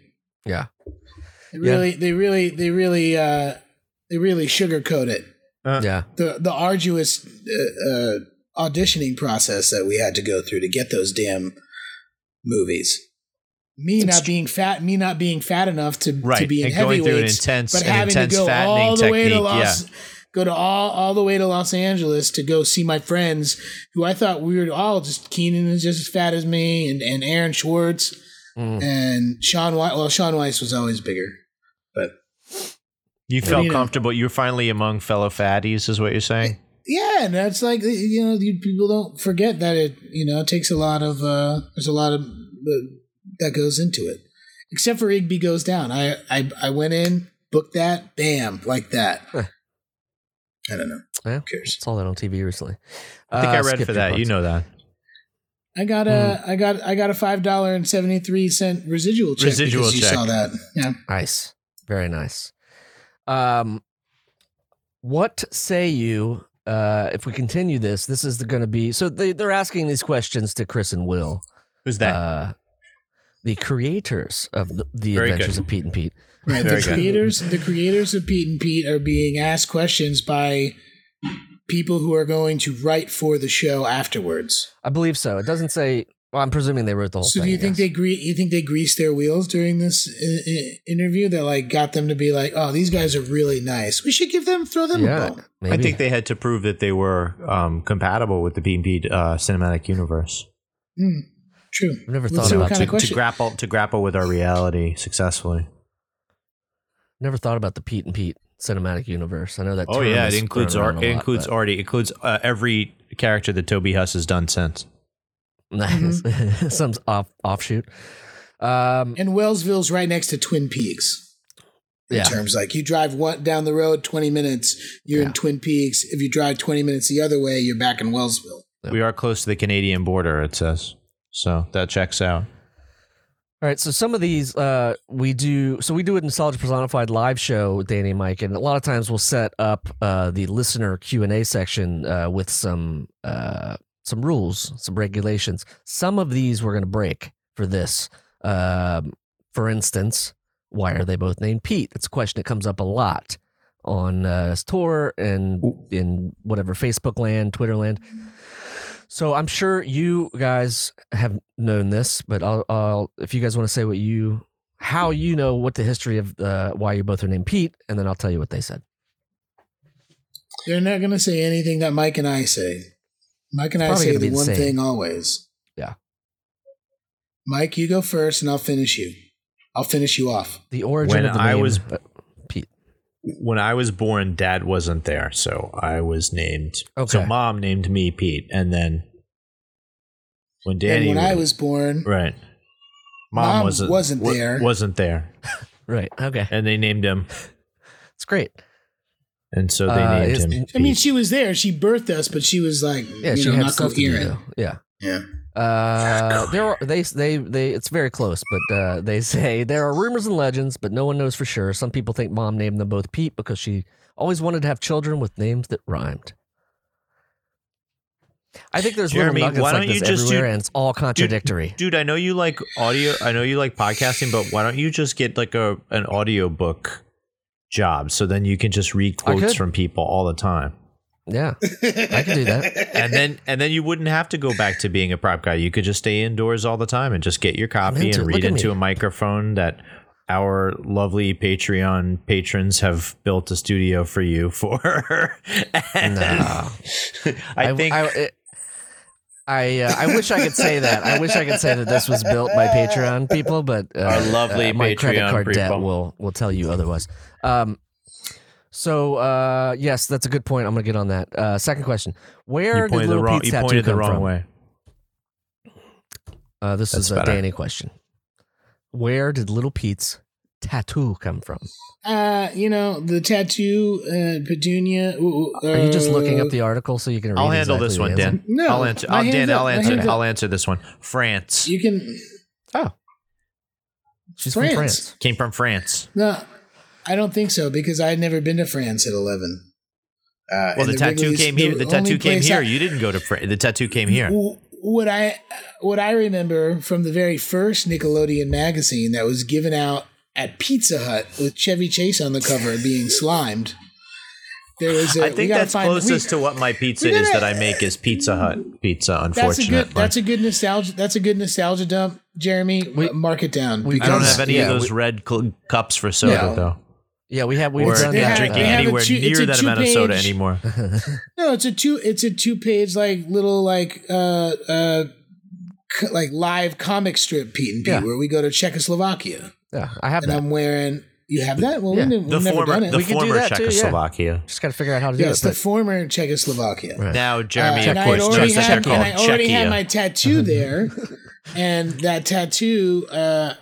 Speaker 2: yeah.
Speaker 3: They
Speaker 2: Yeah.
Speaker 3: really, they really, they really, uh, they really sugarcoat it.
Speaker 2: Yeah.
Speaker 3: The the arduous uh, uh, auditioning process that we had to go through to get those damn movies. Me not being fat, me not being fat enough to, to
Speaker 1: Right.
Speaker 3: be in
Speaker 1: And going through an
Speaker 3: heavyweights
Speaker 1: intense,
Speaker 3: but
Speaker 1: an
Speaker 3: having to
Speaker 1: intense
Speaker 3: go
Speaker 1: fattening
Speaker 3: all the
Speaker 1: technique.
Speaker 3: way to Los,
Speaker 1: yeah.
Speaker 3: go to all all the way to Los Angeles to go see my friends who I thought we were all just Keenan is just as fat as me, and and Aaron Schwartz
Speaker 2: Mm.
Speaker 3: and Sean Weiss. Well, Sean Weiss was always bigger, but
Speaker 1: You felt
Speaker 3: you know.
Speaker 1: comfortable. You're finally among fellow fatties, is what you're saying.
Speaker 3: yeah, and that's like you know you, people don't forget that it you know it takes a lot of uh there's a lot of uh, that goes into it. Except for Igby goes down. I I I went in, booked that, bam, like that.
Speaker 2: Huh.
Speaker 3: I don't know.
Speaker 2: Yeah.
Speaker 3: Who cares?
Speaker 2: Saw that on TV recently.
Speaker 1: I think
Speaker 2: Uh,
Speaker 1: I read
Speaker 2: skip
Speaker 1: for
Speaker 2: your
Speaker 1: that.
Speaker 2: parts.
Speaker 1: You know that.
Speaker 3: I got a
Speaker 1: Hmm.
Speaker 3: I got I got a five dollar and seventy three cent residual check.
Speaker 1: Residual
Speaker 3: because you
Speaker 1: check.
Speaker 3: saw that. Yeah.
Speaker 2: Nice. Very nice. Um, what say you uh, if we continue this? This is going to be so they, they're asking these questions to Chris and Will,
Speaker 1: Who's that?
Speaker 2: uh, the creators of the, the
Speaker 1: Very
Speaker 2: Adventures of Pete and Pete.
Speaker 3: Right.
Speaker 1: Very
Speaker 3: the
Speaker 1: good.
Speaker 3: creators the creators of Pete and Pete are being asked questions by people who are going to write for the show afterwards.
Speaker 2: I believe so. It doesn't say. Well, I'm presuming they wrote the whole
Speaker 3: So
Speaker 2: thing.
Speaker 3: do you
Speaker 2: I
Speaker 3: think
Speaker 2: guess.
Speaker 3: they gre- you think they greased their wheels during this i- i- interview that like got them to be like, "Oh, these guys are really nice. We should give them throw them
Speaker 2: Yeah,
Speaker 3: a bone."
Speaker 2: maybe.
Speaker 1: I think they had to prove that they were um, compatible with the BB uh, cinematic universe
Speaker 3: Hmm. True.
Speaker 2: I've never
Speaker 3: Let's
Speaker 2: thought
Speaker 3: see
Speaker 2: about
Speaker 3: what kind
Speaker 1: to,
Speaker 3: of
Speaker 1: to
Speaker 3: question.
Speaker 1: grapple to grapple with our reality successfully.
Speaker 2: never thought about the Pete and Pete cinematic universe. I know that.
Speaker 1: Oh
Speaker 2: term
Speaker 1: yeah,
Speaker 2: is
Speaker 1: it includes
Speaker 2: thrown
Speaker 1: ar-
Speaker 2: around
Speaker 1: it
Speaker 2: a lot,
Speaker 1: includes
Speaker 2: but-
Speaker 1: already includes uh, every character that Toby Huss has done since.
Speaker 2: Nice. some off offshoot. Um,
Speaker 3: And Wellsville's right next to Twin Peaks. in
Speaker 2: yeah.
Speaker 3: terms like you drive one down the road 20 minutes you're
Speaker 2: Yeah.
Speaker 3: in twin peaks if you drive 20 minutes the other way you're back in wellsville
Speaker 2: Yep.
Speaker 1: We are close to the Canadian border, it says. So that checks out.
Speaker 2: All right, so some of these uh, we do. So we do a nostalgia personified live show with Danny and Mike, and a lot of times we'll set up uh, the listener Q and A section uh, with some uh, some rules, some regulations. Some of these we're going to break for this. Um, for instance, why are they both named Pete? It's a question that comes up a lot on uh, tour and in whatever Facebook land, Twitter land. So I'm sure you guys have known this, but I'll, I'll if you guys want to say what you how you know what the history of uh, why you both are named Pete, and then I'll tell you what they said.
Speaker 3: They're not going to say anything that Mike and I say. Mike and
Speaker 2: It's
Speaker 3: I
Speaker 2: probably
Speaker 3: say
Speaker 2: gonna
Speaker 3: the
Speaker 2: be the
Speaker 3: one
Speaker 2: same.
Speaker 3: thing always.
Speaker 2: Yeah.
Speaker 3: Mike, you go first, and I'll finish you. I'll finish you off.
Speaker 2: The origin
Speaker 1: When
Speaker 2: of the
Speaker 1: I
Speaker 2: name,
Speaker 1: was-
Speaker 2: uh, Pete.
Speaker 1: When I was born, Dad wasn't there, so I was named.
Speaker 2: Okay.
Speaker 1: So Mom named me Pete, and then when Danny,
Speaker 3: and when I was born,
Speaker 1: right, Mom,
Speaker 3: Mom
Speaker 1: wasn't
Speaker 3: wasn't
Speaker 1: wa-
Speaker 3: there.
Speaker 1: wasn't there,
Speaker 2: Right. Okay.
Speaker 1: and they named him,
Speaker 2: It's great.
Speaker 1: and so they
Speaker 2: Uh,
Speaker 1: named
Speaker 2: it's-
Speaker 1: him.
Speaker 3: I mean,
Speaker 1: Pete.
Speaker 3: she was there. She birthed us, but she was like,
Speaker 2: Yeah,
Speaker 3: you
Speaker 2: she
Speaker 3: know,
Speaker 2: had
Speaker 3: not
Speaker 2: stuff to do,
Speaker 3: coherent.
Speaker 2: though. Yeah.
Speaker 3: Yeah.
Speaker 2: Uh, there are they they they. It's very close, but uh, they say there are rumors and legends, but no one knows for sure. Some people think mom named them both Pete because she always wanted to have children with names that rhymed. I think there's
Speaker 1: Jeremy,
Speaker 2: little nuggets
Speaker 1: why
Speaker 2: like
Speaker 1: don't you
Speaker 2: this
Speaker 1: just do-
Speaker 2: everywhere, and it's all contradictory.
Speaker 1: dude i know you like audio i know you like podcasting but why don't you just get like a an audiobook job so then you can just read
Speaker 2: I
Speaker 1: quotes
Speaker 2: could.
Speaker 1: from people all the time
Speaker 2: yeah, I can do that.
Speaker 1: and then and then you wouldn't have to go back to being a prop guy you could just stay indoors all the time and just get your
Speaker 2: into
Speaker 1: copy and
Speaker 2: it. Look
Speaker 1: read
Speaker 2: at
Speaker 1: into
Speaker 2: me.
Speaker 1: a microphone that our lovely patreon patrons have built a studio for you for And
Speaker 2: Nah.
Speaker 1: i, think
Speaker 2: I it- I, uh, I wish I could say that. I wish I could say that this was built by Patreon people, but uh,
Speaker 1: Our lovely
Speaker 2: uh, my credit
Speaker 1: Patreon
Speaker 2: card debt
Speaker 1: people.
Speaker 2: will will tell you otherwise. Um, so uh, yes, that's a good point. I'm gonna get on that. Uh, second question: Where
Speaker 1: you
Speaker 2: did
Speaker 1: pointed the
Speaker 2: little
Speaker 1: wrong,
Speaker 2: Pete's
Speaker 1: you
Speaker 2: tattoo
Speaker 1: pointed the
Speaker 2: come
Speaker 1: wrong
Speaker 2: from?
Speaker 1: way
Speaker 2: Uh, this
Speaker 1: That's
Speaker 2: is a
Speaker 1: better.
Speaker 2: Danny question. Where did little Pete's tattoo come from?
Speaker 3: Uh, you know, the tattoo, uh, Petunia. ooh, ooh,
Speaker 2: Are you just looking
Speaker 3: uh,
Speaker 2: up the article so you can? Read
Speaker 1: I'll handle
Speaker 2: exactly
Speaker 1: this
Speaker 2: the
Speaker 1: one,
Speaker 2: answer?
Speaker 1: Dan.
Speaker 3: No,
Speaker 1: I'll answer.
Speaker 3: my
Speaker 1: I'll,
Speaker 3: hands
Speaker 1: Dan,
Speaker 3: up,
Speaker 1: I'll
Speaker 3: my
Speaker 1: answer.
Speaker 3: hands up.
Speaker 1: I'll answer this one. France
Speaker 3: You can.
Speaker 2: Oh. She's
Speaker 3: France.
Speaker 2: from France.
Speaker 1: came from France.
Speaker 3: No, I don't think so because I had never been to France at 11. Uh,
Speaker 1: Well,
Speaker 3: and
Speaker 1: the, tattoo
Speaker 3: Wrigley's-
Speaker 1: came here. The,
Speaker 3: only
Speaker 1: tattoo came
Speaker 3: place
Speaker 1: here.
Speaker 3: I-
Speaker 1: you didn't go to France. The tattoo came here.
Speaker 3: W- What I what I remember from the very first Nickelodeon magazine that was given out at Pizza Hut with Chevy Chase on the cover being slimed. There was a,
Speaker 1: I
Speaker 3: we
Speaker 1: think
Speaker 3: gotta
Speaker 1: that's
Speaker 3: find- we-
Speaker 1: closest to what my pizza
Speaker 3: we
Speaker 1: is
Speaker 3: gotta-
Speaker 1: that I make is Pizza Hut pizza.
Speaker 3: That's a
Speaker 1: Unfortunately,
Speaker 3: good. That's a good nostalgia. That's a good nostalgia dump, Jeremy.
Speaker 2: We-
Speaker 3: mark it down.
Speaker 2: we-
Speaker 1: I don't
Speaker 3: because-
Speaker 1: have any
Speaker 2: Yeah,
Speaker 1: of those
Speaker 2: we-
Speaker 1: red cl- cups for soda
Speaker 3: No.
Speaker 1: though.
Speaker 2: Yeah, we have we've
Speaker 1: Or
Speaker 2: done
Speaker 1: not
Speaker 3: They
Speaker 2: that.
Speaker 3: have-
Speaker 1: drinking
Speaker 3: they have a
Speaker 1: anywhere
Speaker 3: two- it's
Speaker 1: near
Speaker 3: a
Speaker 1: that amount of soda
Speaker 3: two-page-
Speaker 1: anymore.
Speaker 3: No, it's a two. It's a two page like little like uh uh c- like live comic strip Pete and Pete
Speaker 2: Yeah.
Speaker 3: where we go to Czechoslovakia
Speaker 2: yeah, I have
Speaker 3: and
Speaker 2: that.
Speaker 3: I'm wearing. You have that? Well,
Speaker 2: Yeah.
Speaker 3: we didn't,
Speaker 1: The
Speaker 3: we've never
Speaker 1: former,
Speaker 3: done it.
Speaker 1: the
Speaker 2: We could do
Speaker 1: former
Speaker 2: that too, yeah.
Speaker 1: Czechoslovakia.
Speaker 2: Just got to figure out how to do
Speaker 3: yes,
Speaker 2: it.
Speaker 3: the former Czechoslovakia.
Speaker 2: Right.
Speaker 1: Now, Jeremy,
Speaker 3: Uh,
Speaker 1: of course,
Speaker 3: and I had
Speaker 1: knows
Speaker 3: already
Speaker 1: that
Speaker 3: had,
Speaker 1: they're called
Speaker 3: and I already had
Speaker 1: Czechia.
Speaker 3: my tattoo there, and that tattoo, uh,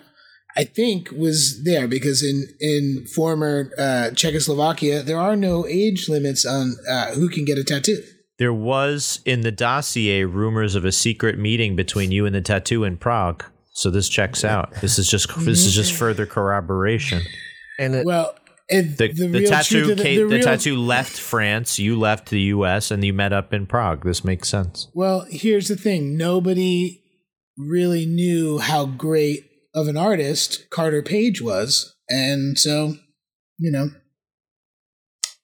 Speaker 3: I think, was there because in in former uh, Czechoslovakia there are no age limits on uh, who can get a tattoo.
Speaker 1: there was in the dossier rumors of a secret meeting between you and the tattoo in Prague. So this checks out. This is just this is just further corroboration.
Speaker 2: and it,
Speaker 3: Well, and
Speaker 1: The,
Speaker 3: the,
Speaker 1: the,
Speaker 3: real
Speaker 1: tattoo
Speaker 3: truth of
Speaker 1: ca-
Speaker 3: the,
Speaker 1: the,
Speaker 3: real,
Speaker 1: tattoo left France, you left the US and you met up in Prague. This makes sense.
Speaker 3: Well, here's the thing: nobody really knew how great of an artist Carter Page was, and so you know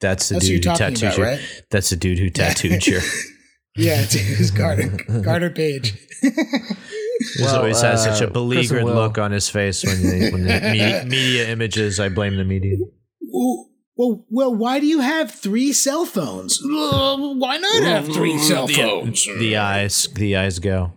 Speaker 1: That's the
Speaker 3: that's who you're
Speaker 1: dude who
Speaker 3: talking
Speaker 1: tattooed
Speaker 3: about,
Speaker 1: you.
Speaker 3: right?
Speaker 1: That's the dude who tattooed you.
Speaker 3: Yeah, it is Carter Carter Page.
Speaker 1: He
Speaker 2: Well,
Speaker 1: always has
Speaker 2: uh,
Speaker 1: such a
Speaker 2: Chris
Speaker 1: beleaguered
Speaker 2: and Will.
Speaker 1: look on his face when the, when the me- media images. I blame the media.
Speaker 3: Ooh, well, well, why do you have three cell phones? Uh, why not have three cell phones?
Speaker 1: Mm, The uh, eyes, the eyes go.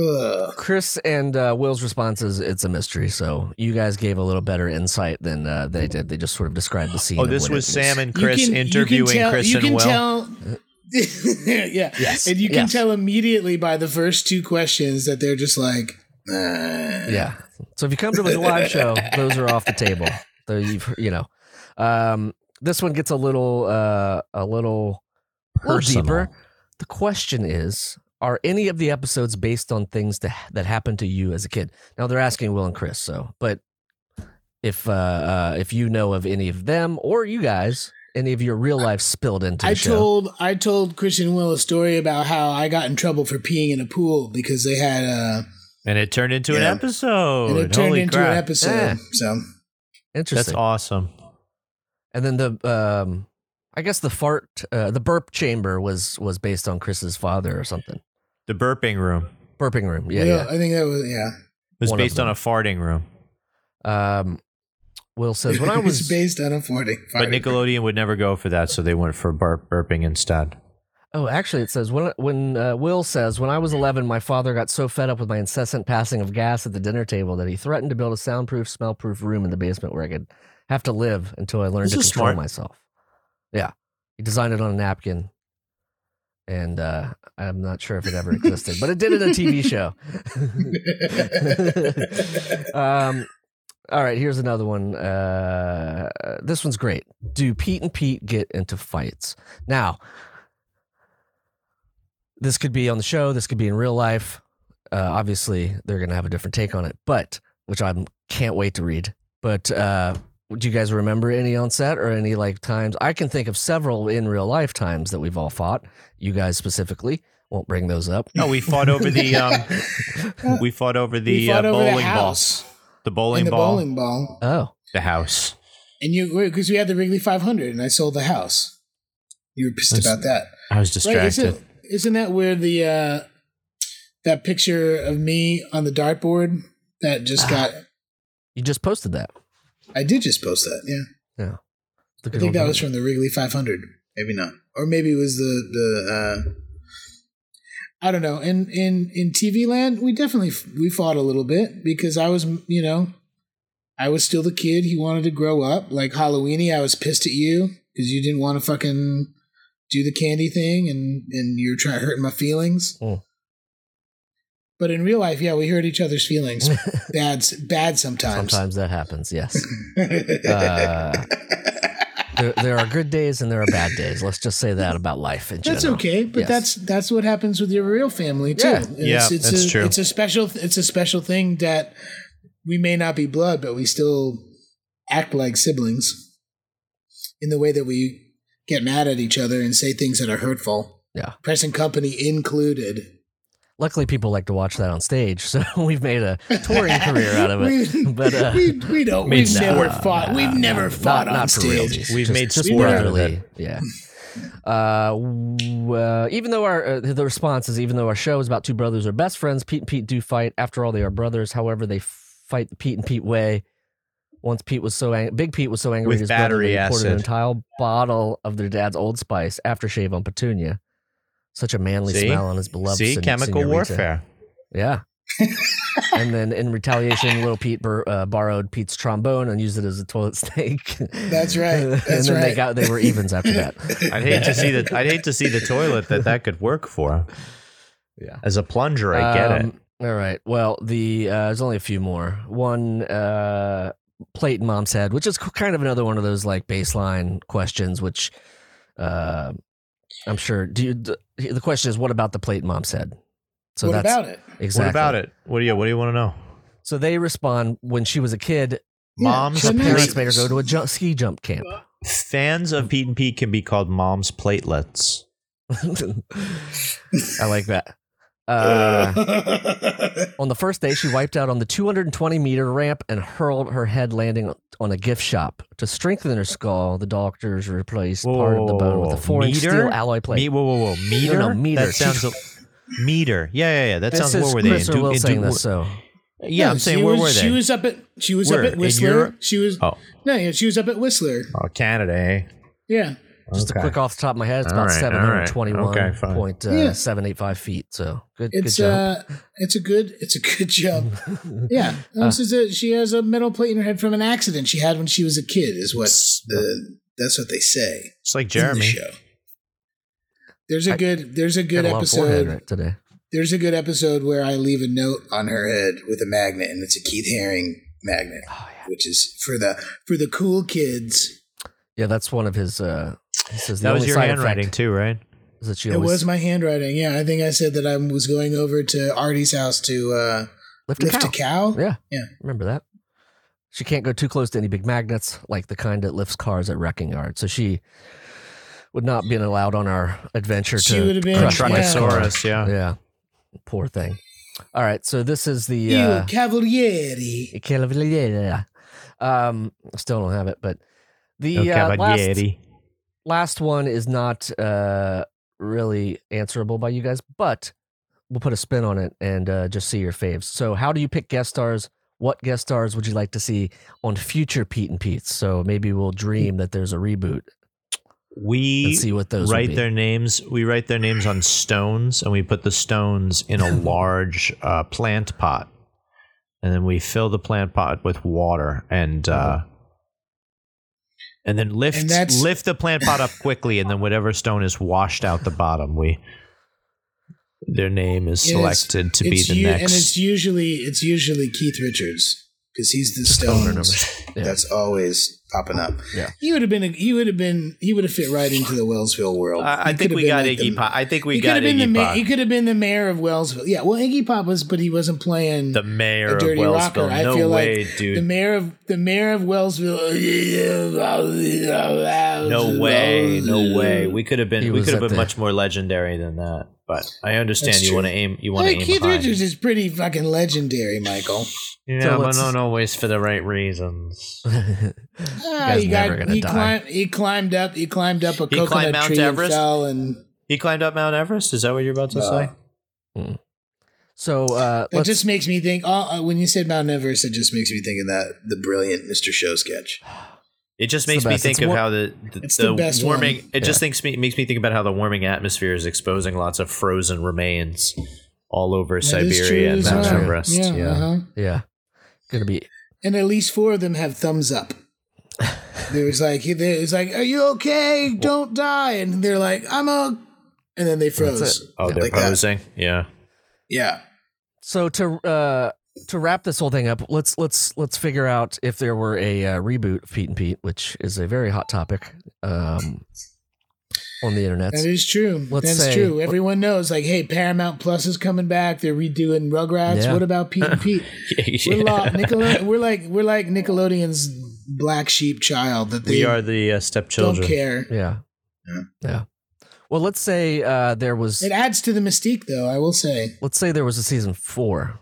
Speaker 3: Ugh.
Speaker 2: Chris and uh, Will's response is it's a mystery. So you guys gave a little better insight than uh, they did. They just sort of described the scene.
Speaker 1: Oh,
Speaker 2: of
Speaker 1: this
Speaker 2: what
Speaker 1: was
Speaker 2: it
Speaker 1: Sam and Chris interviewing
Speaker 3: tell,
Speaker 1: Chris
Speaker 3: you
Speaker 1: and
Speaker 3: can
Speaker 1: Will.
Speaker 3: Tell, yeah,
Speaker 2: Yes,
Speaker 3: and you can
Speaker 2: yes.
Speaker 3: tell immediately by the first two questions that they're just like, uh,
Speaker 2: Yeah. So if you come to a live show, those are off the table. Though you've you know, um, this one gets a little uh, a little little
Speaker 1: Personal.
Speaker 2: deeper. The question is. Are any of the episodes based on things that that happened to you as a kid? Now they're asking Will and Chris, so but if uh, uh, if you know of any of them or you guys, any of your real life spilled into the
Speaker 3: I
Speaker 2: show,
Speaker 3: told I told Christian Will a story about how I got in trouble for peeing in a pool because they had a
Speaker 1: And it turned into an
Speaker 3: Yeah.
Speaker 1: episode.
Speaker 3: and it turned
Speaker 1: Holy
Speaker 3: into
Speaker 1: crap.
Speaker 3: an episode.
Speaker 2: Yeah.
Speaker 3: So
Speaker 2: interesting.
Speaker 1: That's awesome.
Speaker 2: And then the um, I guess the fart, uh, the burp chamber was was based on Chris's father or something.
Speaker 1: The burping room
Speaker 2: Burping room, yeah, yeah.
Speaker 3: I think that was yeah.
Speaker 1: was
Speaker 2: One of
Speaker 1: based on
Speaker 2: them.
Speaker 1: a farting room,
Speaker 2: Um, Will says when I
Speaker 3: It's
Speaker 2: was
Speaker 3: based on a forty.
Speaker 1: but Nickelodeon would never go for that, so they went for burp- burping instead.
Speaker 2: oh actually it says when when uh, Will says when I was 11 my father got so fed up with my incessant passing of gas at the dinner table that he threatened to build a soundproof smellproof room in the basement where I could have to live until I learned
Speaker 1: This
Speaker 2: to
Speaker 1: is
Speaker 2: control
Speaker 1: smart.
Speaker 2: myself. Yeah, he designed it on a napkin. And uh, I'm not sure if it ever existed, but it did in a TV show. um, all right, here's another one. Uh, this one's great. Do Pete and Pete get into fights? Now, this could be on the show. This could be in real life. Uh, obviously, they're going to have a different take on it, but which I can't wait to read. But uh, do you guys remember any on set or any like times? I can think of several in real life times that we've all fought. You guys specifically won't bring those up.
Speaker 1: No, we fought over the um, we fought over the
Speaker 3: we fought
Speaker 1: uh,
Speaker 3: over
Speaker 1: bowling
Speaker 3: the
Speaker 1: ball,
Speaker 3: house
Speaker 1: the bowling
Speaker 3: and the
Speaker 1: ball,
Speaker 3: bowling ball,
Speaker 2: Oh,
Speaker 1: the house.
Speaker 3: and you because we had the Wrigley 500, and I sold the house. You were pissed
Speaker 1: That's-
Speaker 3: about that.
Speaker 1: I was
Speaker 3: Right,
Speaker 1: distracted.
Speaker 3: isn't, isn't that where the uh, that picture of me on the dartboard that just got?
Speaker 2: you just posted that.
Speaker 3: I did just post that. Yeah,
Speaker 2: The
Speaker 3: I
Speaker 2: good
Speaker 3: think
Speaker 2: old
Speaker 3: that was
Speaker 2: days.
Speaker 3: from the Wrigley 500. Maybe not, or maybe it was the the. Uh, I don't know. In in in TV land, we definitely we fought a little bit because I was you know, I was still the kid. He wanted to grow up. Like Halloweeny, I was pissed at you because you didn't want to fucking do the candy thing, and and you're trying to hurt my feelings.
Speaker 2: Mm.
Speaker 3: But in real life, yeah, we hurt each other's feelings. bad, bad sometimes.
Speaker 2: Sometimes that happens, yes. Uh, there, there are good days and there are bad days. Let's just say that about life in
Speaker 3: That's
Speaker 2: general.
Speaker 3: okay, but
Speaker 2: Yes.
Speaker 3: that's that's what happens with your real family too.
Speaker 2: Yeah.
Speaker 3: And
Speaker 1: Yeah, that's
Speaker 3: a,
Speaker 1: true.
Speaker 3: It's a special it's a special thing that we may not be blood, but we still act like siblings in the way that we get mad at each other and say things that are hurtful.
Speaker 2: Yeah.
Speaker 3: Present company included.
Speaker 2: Luckily, people like to watch that on stage, so we've made a touring career out of it.
Speaker 3: we,
Speaker 2: but, uh,
Speaker 3: we, we don't.
Speaker 1: mean,
Speaker 3: We've
Speaker 1: no,
Speaker 3: never fought. We've never
Speaker 2: Not-
Speaker 3: fought
Speaker 2: not
Speaker 3: on
Speaker 2: for real,
Speaker 3: stage.
Speaker 2: just-
Speaker 1: We've
Speaker 2: just-
Speaker 1: made
Speaker 2: just
Speaker 1: sport out of
Speaker 2: brotherly. Yeah. Uh, w- uh, even though our uh, the response is even though our show is about two brothers or best friends, Pete and Pete do fight. After all, they are brothers. However, they fight the Pete and Pete way. Once Pete was so angry, Big Pete was so angry
Speaker 1: With
Speaker 2: at his brother that
Speaker 1: battery
Speaker 2: he poured an
Speaker 1: acid.
Speaker 2: entire bottle of their dad's Old Spice aftershave on Petunia. Such a manly
Speaker 1: See?
Speaker 2: smell on his beloved.
Speaker 1: See,
Speaker 2: sen-
Speaker 1: chemical
Speaker 2: senorita.
Speaker 1: warfare.
Speaker 2: Yeah. and then in retaliation, little Pete bur- uh, borrowed Pete's trombone and used it as a toilet snake.
Speaker 3: That's right.
Speaker 2: and
Speaker 3: That's
Speaker 2: then they
Speaker 3: right.
Speaker 2: got they were evens after that.
Speaker 1: I'd hate to see the I'd hate to see the toilet that that could work for.
Speaker 2: Yeah.
Speaker 1: As a plunger, I get it.
Speaker 2: Um, All right. Well, the uh, there's only a few more. One uh, plate in mom's head, which is c- kind of another one of those like baseline questions, which uh, I'm sure. Do you, d- the question is what about the plate in mom's head? So
Speaker 3: what
Speaker 2: that's
Speaker 3: about it?
Speaker 2: exactly
Speaker 1: What about it? What do you What do you want to know?
Speaker 2: So they respond when she was a kid,
Speaker 1: Mom's
Speaker 2: her
Speaker 3: Shouldn't
Speaker 1: plate-
Speaker 2: parents made her go to a ju- ski jump camp.
Speaker 1: Fans of Pete and Pete can be called mom's platelets.
Speaker 2: I like that. Uh,
Speaker 1: Uh,
Speaker 2: on the first day, she wiped out on the 220 meter ramp and hurled her head, landing on a gift shop. To strengthen her skull, the doctors replaced
Speaker 1: Whoa,
Speaker 2: part of the
Speaker 1: whoa,
Speaker 2: bone
Speaker 1: whoa,
Speaker 2: with a
Speaker 1: whoa.
Speaker 2: four inch
Speaker 1: Meter?
Speaker 2: steel alloy plate.
Speaker 1: Me, whoa, whoa, whoa, meter.
Speaker 2: No, no, meter.
Speaker 1: That sounds a, meter. Yeah, yeah, yeah. That
Speaker 2: this
Speaker 1: sounds.
Speaker 2: is
Speaker 1: Where were they?
Speaker 2: Chris
Speaker 1: In
Speaker 2: or
Speaker 1: Du-
Speaker 2: Will
Speaker 1: in Du-
Speaker 2: saying this, so
Speaker 1: Yeah,
Speaker 3: No,
Speaker 1: I'm saying
Speaker 3: she
Speaker 1: where
Speaker 3: was,
Speaker 1: were they?
Speaker 3: She was up at she was
Speaker 1: Where?
Speaker 3: up at
Speaker 1: In
Speaker 3: Whistler.
Speaker 1: Europe?
Speaker 3: She was
Speaker 1: oh,
Speaker 3: no, yeah, she was up at Whistler.
Speaker 1: oh, Canada. Eh?
Speaker 3: Yeah,
Speaker 2: just a
Speaker 1: Okay.
Speaker 2: quick off the top of my head, it's
Speaker 1: All
Speaker 2: about
Speaker 1: right, all right.
Speaker 2: 721.785
Speaker 3: Okay, fine. Yeah.
Speaker 2: feet. So good,
Speaker 3: it's
Speaker 2: good job.
Speaker 3: uh it's a good it's a good jump.
Speaker 1: uh,
Speaker 3: yeah, And this is a, she has a metal plate in her head from an accident she had when she was a kid. Is what the that's what they say
Speaker 1: It's like
Speaker 3: in the
Speaker 1: Jeremy.
Speaker 3: show. There's a
Speaker 2: I-
Speaker 3: good there's a good
Speaker 2: Got a long forehead
Speaker 3: episode
Speaker 2: right today.
Speaker 3: there's a good episode where I leave a note on her head with a magnet and it's a Keith Haring magnet,
Speaker 2: Oh, yeah.
Speaker 3: which is for the for the cool kids.
Speaker 2: Yeah, that's one of his. Uh, he says the
Speaker 1: That was
Speaker 2: only
Speaker 1: your
Speaker 2: side
Speaker 1: handwriting
Speaker 2: effect
Speaker 1: too, right?
Speaker 2: is that she
Speaker 3: It
Speaker 2: always
Speaker 3: was my handwriting. Yeah, I think I said that I was going over to Artie's house to uh,
Speaker 2: lift,
Speaker 3: lift
Speaker 2: a cow.
Speaker 3: a cow.
Speaker 2: Yeah.
Speaker 3: Yeah.
Speaker 2: Remember that. She can't go too close to any big magnets, like the kind that lifts cars at wrecking yards. So she would not been allowed on our adventure
Speaker 3: She
Speaker 2: to
Speaker 3: would have been-
Speaker 2: crush
Speaker 3: Yeah.
Speaker 2: my car.
Speaker 1: Truckosaurus. Yeah.
Speaker 2: Yeah. Poor thing. All right. So this is the
Speaker 3: You
Speaker 2: uh,
Speaker 3: cavalieri.
Speaker 2: Cavaliere. um I still don't have it, but the
Speaker 1: Okay,
Speaker 2: uh,
Speaker 1: but
Speaker 2: last
Speaker 1: Yeti.
Speaker 2: last one is not uh, really answerable by you guys, but we'll put a spin on it and uh, just see your faves. So, how do you pick guest stars? What guest stars would you like to see on future Pete and Pete's? So maybe we'll dream that there's a reboot and
Speaker 1: We
Speaker 2: see what those would
Speaker 1: write
Speaker 2: be.
Speaker 1: their names. We write their names on stones, and we put the stones in a large uh, plant pot, and then we fill the plant pot with water and. Uh, and then lift
Speaker 3: And that's-
Speaker 1: lift the plant pot up quickly, and then whatever stone is washed out the bottom, we their name is
Speaker 3: And it's-
Speaker 1: selected to be
Speaker 3: it's
Speaker 1: the
Speaker 3: u-
Speaker 1: next.
Speaker 3: And it's usually it's usually Keith Richards because he's the Stones.
Speaker 2: Yeah.
Speaker 3: That's always popping up.
Speaker 2: Yeah.
Speaker 3: he would have been. a- He would have been. He would have fit right into the Wellsville world.
Speaker 1: I, I
Speaker 3: He
Speaker 1: think
Speaker 3: could
Speaker 1: we
Speaker 3: have
Speaker 1: got
Speaker 3: been like
Speaker 1: Iggy
Speaker 3: the-
Speaker 1: Pop. I think we
Speaker 3: he
Speaker 1: got
Speaker 3: could have been the
Speaker 1: Iggy
Speaker 3: ma-
Speaker 1: Pop.
Speaker 3: he could have been the mayor of Wellsville. Yeah, well, Iggy Pop was, but he wasn't playing
Speaker 1: the mayor of
Speaker 3: dirty rocker.
Speaker 1: Wellsville.
Speaker 3: I
Speaker 1: No
Speaker 3: feel like
Speaker 1: way, dude.
Speaker 3: the mayor of the mayor of oh, Wellsville.
Speaker 1: No way, no way. We could have
Speaker 2: He
Speaker 1: been we
Speaker 2: was
Speaker 1: could have
Speaker 2: up
Speaker 1: been
Speaker 2: there.
Speaker 1: much more legendary than that. But I understand
Speaker 3: That's
Speaker 1: you
Speaker 3: true.
Speaker 1: want to aim you want to
Speaker 3: Hey,
Speaker 1: aim
Speaker 3: Keith
Speaker 1: high.
Speaker 3: Richards is pretty fucking legendary, Michael.
Speaker 1: Yeah,
Speaker 2: So
Speaker 1: but
Speaker 2: let's-
Speaker 1: not always for the right reasons.
Speaker 3: Ah,
Speaker 2: guy's
Speaker 3: he
Speaker 2: never
Speaker 3: got
Speaker 2: gonna
Speaker 3: he
Speaker 2: die.
Speaker 3: climbed he climbed up he climbed up a
Speaker 1: He climbed
Speaker 3: coconut
Speaker 1: Mount
Speaker 3: tree
Speaker 1: Everest?
Speaker 3: and fell and
Speaker 1: He climbed up Mount Everest. Is that what you're about to
Speaker 3: No.
Speaker 1: say?
Speaker 2: so uh,
Speaker 3: that
Speaker 2: let's,
Speaker 3: just makes me think. Oh, uh, when you said Mount Everest, it just makes me think of that the brilliant Mr. Show sketch.
Speaker 1: It just
Speaker 2: the
Speaker 1: makes me
Speaker 2: best.
Speaker 1: think
Speaker 2: It's
Speaker 1: of
Speaker 2: wa-
Speaker 1: how the the,
Speaker 3: It's the
Speaker 1: the
Speaker 3: best
Speaker 1: warming.
Speaker 3: one.
Speaker 1: It just thinks me makes me think about how the warming atmosphere is exposing lots of frozen remains all over
Speaker 3: That is true
Speaker 1: Siberia and
Speaker 3: as
Speaker 1: Mount
Speaker 2: well.
Speaker 1: Everest.
Speaker 3: Yeah, uh-huh.
Speaker 2: yeah, gonna be
Speaker 3: and at least four of them have thumbs up. There was like he- there was like, "Are you okay? Don't die!" And they're like, "I'm a," and then they
Speaker 2: That's it.
Speaker 3: froze.
Speaker 1: Oh, they're
Speaker 3: Like that.
Speaker 1: posing. Yeah.
Speaker 3: Yeah,
Speaker 2: So to uh to wrap this whole thing up, let's let's let's figure out if there were a uh, reboot of Pete and Pete, which is a very hot topic um on the internet.
Speaker 3: that is true.
Speaker 2: let's
Speaker 3: That's
Speaker 2: say-
Speaker 3: true. Everyone knows. Like, hey, Paramount Plus is coming back. They're redoing Rugrats.
Speaker 2: Yeah.
Speaker 3: What about Pete and Pete? We're, lo- Nickel- we're like we're like Nickelodeon's black sheep child that they
Speaker 1: We are the uh,
Speaker 3: don't
Speaker 1: stepchildren.
Speaker 3: care.
Speaker 2: Yeah.
Speaker 3: Yeah.
Speaker 2: Yeah. Well, let's say uh there was
Speaker 3: It adds to the mystique, though. I will say.
Speaker 2: let's say there was a season 4,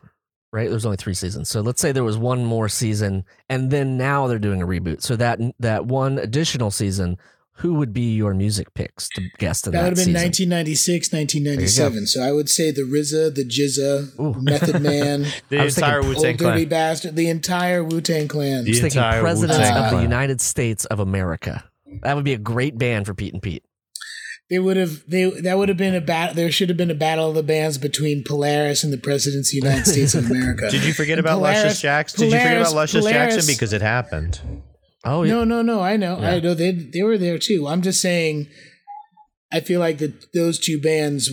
Speaker 2: right? There's only 3 seasons. So let's say there was one more season and then now they're doing a reboot. So that that one additional season, who would be your music picks to guest in
Speaker 3: That
Speaker 2: that,
Speaker 3: would have been
Speaker 2: season?
Speaker 3: 1996, 1997. So I would say the RZA, the Jizza,
Speaker 2: Ooh.
Speaker 3: Method Man,
Speaker 1: The
Speaker 2: I was thinking
Speaker 1: entire Wu
Speaker 3: Old
Speaker 1: Tang
Speaker 3: Dirty
Speaker 1: Clan.
Speaker 3: Bastard, the entire Wu Tang Clan.
Speaker 1: The
Speaker 2: Just thinking
Speaker 1: entire
Speaker 2: presidents
Speaker 1: Wu-Tang
Speaker 2: of the
Speaker 1: Clan.
Speaker 2: United States of America. That would be a great band for Pete and Pete.
Speaker 3: They would have. They that would have been a battle. There should have been a battle of the bands between Polaris and the Presidents of the United States of America.
Speaker 1: Did you forget about
Speaker 3: Polaris-
Speaker 1: Luscious Jackson? Did you forget
Speaker 3: Polaris-
Speaker 1: about Luscious
Speaker 3: Polaris-
Speaker 1: Jackson because it happened?
Speaker 2: Oh yeah,
Speaker 3: No, no, no. I know.
Speaker 2: Yeah.
Speaker 3: I know. They they were there too. I'm just saying. I feel like that those two bands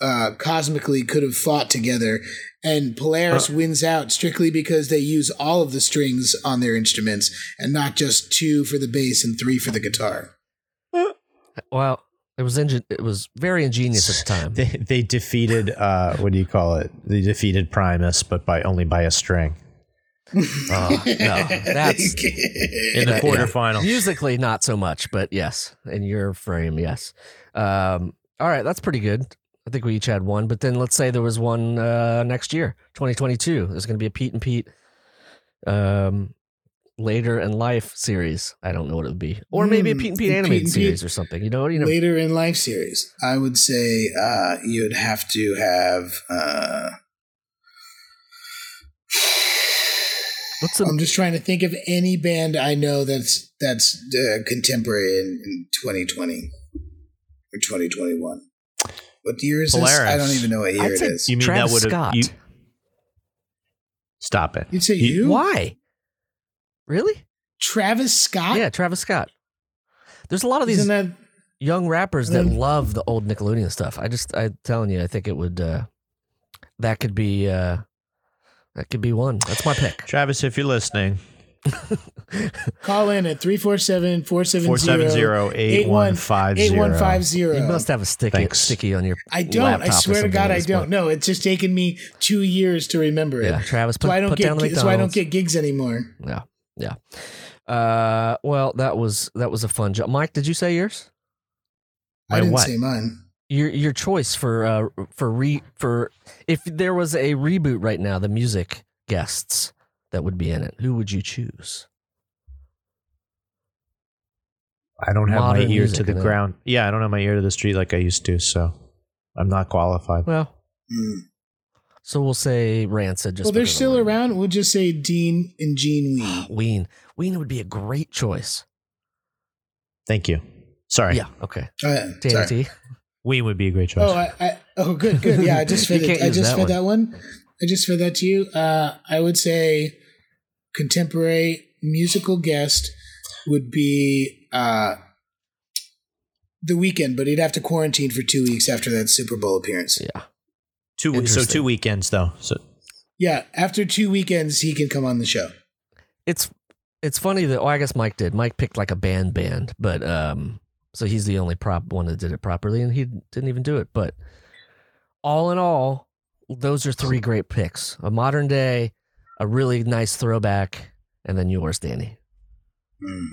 Speaker 3: uh, cosmically could have fought together, and Polaris wins out strictly because they use all of the strings on their instruments and not just two for the bass and three for the guitar.
Speaker 2: well, it was ingen- it was very ingenious at the time.
Speaker 1: They, they defeated uh, what do you call it? They defeated Primus, but by only by a string
Speaker 2: Oh, no, that's
Speaker 1: in the
Speaker 2: Yeah.
Speaker 1: quarterfinal.
Speaker 2: musically not so much, but yes, in your frame, yes. Um, all right, that's pretty good. I think we each had one, but then let's say there was one uh, next year, 2022. There's going to be a Pete and Pete um, later in life series. I don't know what it would be, or maybe a
Speaker 3: Hmm,
Speaker 2: Pete and Pete
Speaker 3: Pete
Speaker 2: animated
Speaker 3: and Pete.
Speaker 2: series or something. You know, you know,
Speaker 3: later in life series. I would say uh, you'd have to have. Uh,
Speaker 2: what's the
Speaker 3: I'm just trying to think of any band I know that's that's uh, contemporary in, in 2020 or 2021. What year is this?
Speaker 1: Polaris.
Speaker 3: I don't even know what year
Speaker 2: I'd
Speaker 3: it
Speaker 2: say-
Speaker 3: is.
Speaker 1: You mean
Speaker 2: Travis
Speaker 1: that would
Speaker 2: Scott.
Speaker 1: have? You, stop it.
Speaker 3: You'd say you,
Speaker 2: Why? Really?
Speaker 3: Travis Scott.
Speaker 2: yeah, Travis Scott. There's a lot of these
Speaker 3: Isn't that
Speaker 2: young rappers that
Speaker 3: Then-
Speaker 2: love the old Nickelodeon stuff. I just, I'm telling you, I think it would. Uh, that could be. Uh, that could be one. That's my pick.
Speaker 1: Travis, if you're listening,
Speaker 3: call in at 347 470
Speaker 1: 470-8150.
Speaker 2: You
Speaker 3: um,
Speaker 2: must have a sticky
Speaker 1: Thanks.
Speaker 2: sticky on your.
Speaker 3: I don't.
Speaker 2: laptop
Speaker 3: I
Speaker 2: or
Speaker 3: swear to
Speaker 2: something
Speaker 3: God,
Speaker 2: at
Speaker 3: I
Speaker 2: this
Speaker 3: don't.
Speaker 2: point.
Speaker 3: No, it's just taken me two years to remember it.
Speaker 2: Yeah, Travis, put,
Speaker 3: So I don't
Speaker 2: put
Speaker 3: get
Speaker 2: down the
Speaker 3: gi- so I don't
Speaker 2: McDonald's.
Speaker 3: get gigs anymore.
Speaker 2: Yeah, yeah. Uh, well, that was that was a fun job. Mike, did you say yours?
Speaker 1: My
Speaker 3: I didn't
Speaker 1: what?
Speaker 3: say mine.
Speaker 2: Your your choice for uh for re for if there was a reboot right now, the music guests that would be in it. Who would you choose?
Speaker 1: I don't have
Speaker 2: Modern
Speaker 1: my ear to
Speaker 2: music,
Speaker 1: the
Speaker 2: yeah.
Speaker 1: ground. Yeah, I don't have my ear to the street like I used to, so I'm not qualified.
Speaker 2: Well,
Speaker 3: Mm.
Speaker 2: so we'll say Rancid. Just
Speaker 3: Well, they're
Speaker 2: because I'm
Speaker 3: still
Speaker 2: like-
Speaker 3: around. We'll just say Dean and Gene Wee.
Speaker 2: Ween. Ween would be a great choice.
Speaker 1: Thank you. Sorry.
Speaker 2: Yeah. Okay.
Speaker 3: Uh, sorry.
Speaker 2: TNT.
Speaker 1: We would be a great choice.
Speaker 3: Oh, I, I, oh, good, good. Yeah, I just
Speaker 2: You
Speaker 3: fed it.
Speaker 2: can't
Speaker 3: I
Speaker 2: use
Speaker 3: just
Speaker 2: that
Speaker 3: fed
Speaker 2: one.
Speaker 3: that one. I just fed that to you. Uh, I would say contemporary musical guest would be uh, the weekend, but he'd have to quarantine for two weeks after that Super Bowl appearance. Yeah,
Speaker 2: Yeah.
Speaker 1: two we- so
Speaker 2: Interesting.
Speaker 1: two weekends though. So
Speaker 3: after two weekends, he can come on the show.
Speaker 2: It's it's funny that. Oh, I guess Mike did. Mike picked like a band band, but um, so he's the only prop one that did it properly, and he didn't even do it. But all in all, those are three great picks: a modern day, a really nice throwback, and then yours, Danny.
Speaker 3: Mm.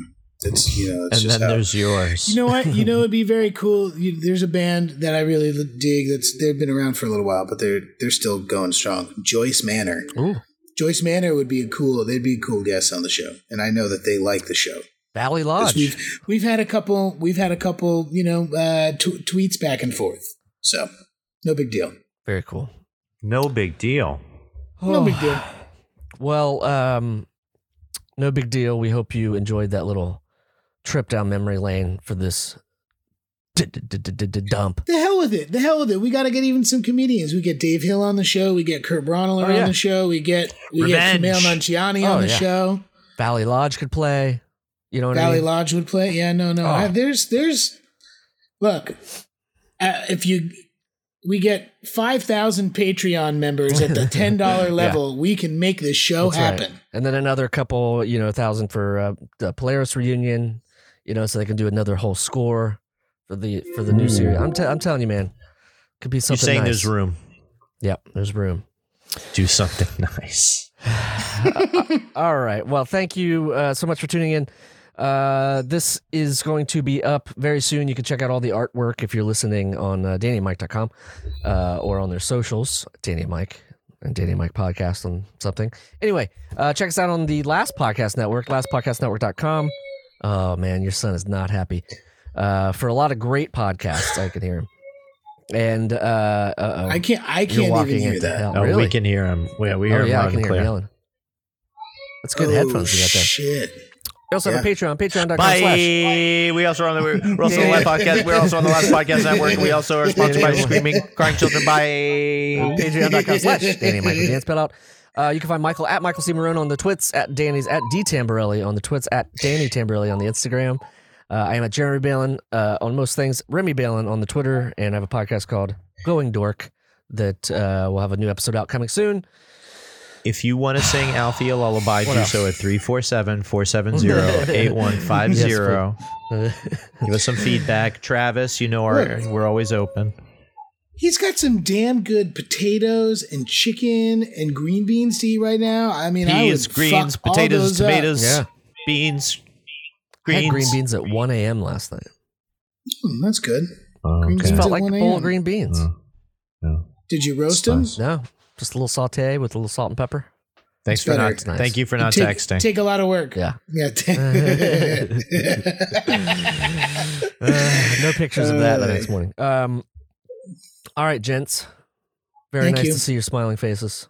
Speaker 3: That's you know,
Speaker 1: and
Speaker 3: that's just
Speaker 1: then
Speaker 3: how-
Speaker 1: there's yours.
Speaker 3: You know what? You know it'd be very cool. You, there's a band that I really l- dig. That's they've been around for a little while, but they're they're still going strong. Joyce Manor.
Speaker 2: Ooh,
Speaker 3: Joyce Manor would be a cool. They'd be a cool guest on the show, and I know that they like the show.
Speaker 2: Valley Lodge.
Speaker 3: 'Cause We've we've had a couple. We've had a couple. You know, uh, tw- tweets back and forth. So no big deal.
Speaker 2: Very cool.
Speaker 1: no big deal.
Speaker 3: No big deal.
Speaker 2: Well, um, no big deal. We hope you enjoyed that little trip down memory lane for this d- d- d- d- d- d- dump.
Speaker 3: The hell with it. The hell with it. We got to get even some comedians. We get Dave Hill on the show. We get Kurt Braunohler
Speaker 2: Oh, yeah.
Speaker 3: on the show. We get we
Speaker 1: Revenge.
Speaker 3: get Kumail Nanjiani
Speaker 2: Oh,
Speaker 3: on the
Speaker 2: yeah.
Speaker 3: show.
Speaker 2: Valley Lodge could play. You know what I
Speaker 3: Valley
Speaker 2: mean?
Speaker 3: Lodge would play. Yeah, no, no.
Speaker 2: Oh.
Speaker 3: I, there's, there's. Look, uh, if you, we get five thousand Patreon members at the ten dollar level, we can make this show
Speaker 2: That's right.
Speaker 3: happen.
Speaker 2: And then another couple, you know, thousand for uh, the Polaris reunion. You know, so they can do another whole score for the for the new series. I'm t- I'm telling you, man, could be
Speaker 1: You're
Speaker 2: something.
Speaker 1: saying
Speaker 2: nice.
Speaker 1: there's room.
Speaker 2: Yep, there's room.
Speaker 1: Do something nice.
Speaker 2: All right. Well, thank you uh, so much for tuning in. Uh, this is going to be up very soon. You can check out all the artwork if you're listening on uh, DannyMike.com uh, or on their socials, Danny and Mike and Danny and Mike podcast on something. Anyway, uh, check us out on the Last Podcast Network, lastpodcastnetwork.com. Oh man, your son is not happy. Uh, for a lot of great podcasts, I can hear him. And uh, uh-oh.
Speaker 3: I can't. I
Speaker 2: You're
Speaker 3: can't
Speaker 2: walking
Speaker 3: even hear
Speaker 2: into
Speaker 3: that.
Speaker 2: hell.
Speaker 1: Oh,
Speaker 2: really?
Speaker 1: we can hear him. Yeah, we
Speaker 2: Oh,
Speaker 1: hear him
Speaker 2: yeah, I
Speaker 1: loud
Speaker 2: can
Speaker 1: and
Speaker 2: hear him
Speaker 1: clear.
Speaker 2: yelling. That's good
Speaker 3: Oh,
Speaker 2: headphones you got there.
Speaker 3: Shit.
Speaker 2: We also have a Patreon, patreon.com slash.
Speaker 1: Bye. We also are on the we're also on the
Speaker 2: Yeah.
Speaker 1: live podcast. We're also on the last podcast network. We also are sponsored by
Speaker 2: Yeah.
Speaker 1: Screaming Crying Children. Bye.
Speaker 2: Patreon.com slash Danny and Michael Dan spell out. Uh, you can find Michael at Michael C. Marone on the Twits, at Danny's at D Tamborelli on the Twits, at Danny Tamborelli on the Instagram. Uh, I am at Jeremy Balin uh, on most things, Remy Balin on the Twitter, and I have a podcast called Going Dork that uh, will have a new episode out coming soon.
Speaker 1: If you want to sing Alfie a lullaby, do so at 347-470-8150. Give us some feedback. Travis, you know our we're always open.
Speaker 3: He's got some damn good potatoes and chicken and green beans to eat right now. I mean, I
Speaker 1: Peas,
Speaker 3: would
Speaker 1: greens,
Speaker 3: fuck all
Speaker 1: potatoes,
Speaker 3: those up.
Speaker 1: tomatoes,
Speaker 2: Yeah. I
Speaker 1: beans,
Speaker 2: had
Speaker 1: greens.
Speaker 2: green beans at 1 a.m. last night.
Speaker 3: Hmm, that's good.
Speaker 1: Oh,
Speaker 3: Green
Speaker 1: okay.
Speaker 3: beans.
Speaker 2: Felt
Speaker 3: at
Speaker 2: like a
Speaker 3: 1
Speaker 2: bowl
Speaker 3: a.m..
Speaker 2: of green beans.
Speaker 1: Mm. Yeah.
Speaker 3: Did you roast them?
Speaker 1: Nice.
Speaker 2: No, just a little saute with a little salt and pepper.
Speaker 1: Thanks
Speaker 3: It's
Speaker 1: for
Speaker 3: better.
Speaker 1: not. Thank you for not
Speaker 3: take,
Speaker 1: texting.
Speaker 3: Take a lot of work.
Speaker 2: Yeah.
Speaker 3: Yeah.
Speaker 2: Uh, no pictures of that the
Speaker 3: Uh,
Speaker 2: next morning. Um, all right, gents. Very
Speaker 3: Thank
Speaker 2: nice
Speaker 3: you.
Speaker 2: to see your smiling faces.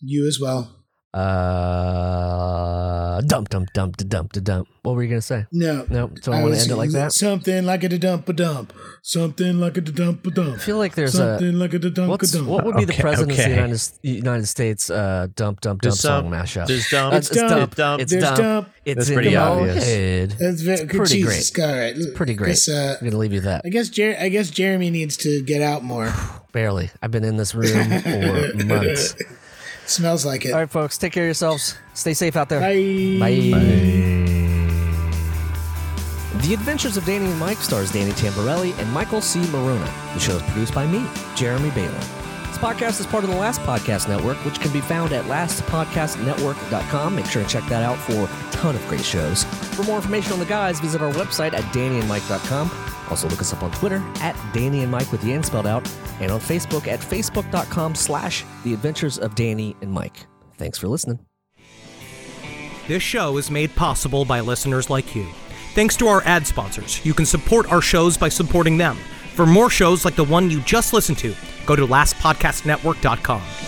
Speaker 3: you as well.
Speaker 2: Uh, dump, dump, dump, da dump, da dump. What were you gonna say?
Speaker 3: No.
Speaker 2: No, so I want to
Speaker 3: was-
Speaker 2: end it like that.
Speaker 3: Something like a da dump a dump. Something like a da dump a
Speaker 2: I
Speaker 3: dump.
Speaker 2: feel like there's a
Speaker 3: Something like a da dump a
Speaker 2: what's
Speaker 3: dump.
Speaker 2: what would be the
Speaker 1: Okay,
Speaker 2: president of the
Speaker 1: okay.
Speaker 2: United, United States uh, dump, dump, dump
Speaker 1: Does
Speaker 2: song
Speaker 1: some-
Speaker 2: mashup?
Speaker 1: Just dump.
Speaker 2: Uh, it's
Speaker 3: dump.
Speaker 1: It's dump.
Speaker 2: It's
Speaker 3: There's
Speaker 2: dumb.
Speaker 3: dump.
Speaker 2: It's
Speaker 1: That's
Speaker 2: in
Speaker 1: pretty
Speaker 2: your
Speaker 1: obvious.
Speaker 2: head.
Speaker 3: That's very,
Speaker 2: It's pretty
Speaker 3: Jesus, great. All right.
Speaker 2: It's pretty great.
Speaker 3: Guess, uh,
Speaker 2: I'm gonna leave you with that.
Speaker 3: I guess Jer- I guess Jeremy needs to get out more.
Speaker 2: Barely. I've been in this room for months.
Speaker 3: Smells like it.
Speaker 2: All right, folks. Take care of yourselves. Stay safe out there.
Speaker 3: Bye.
Speaker 2: The Adventures of Danny and Mike stars Danny Tamborelli and Michael C. Marona. The show is produced by me, Jeremy Baylor. This podcast is part of the Last Podcast Network, which can be found at lastpodcastnetwork.com. Make sure and check that out for a ton of great shows. For more information on the guys, visit our website at dannyandmike.com. Also look us up on Twitter at Danny and Mike with the N spelled out, and on Facebook at facebook.com slash The Adventures of Danny and Mike. Thanks for listening.
Speaker 4: This show is made possible by listeners like you. Thanks to our ad sponsors, you can support our shows by supporting them. For more shows like the one you just listened to, go to lastpodcastnetwork.com.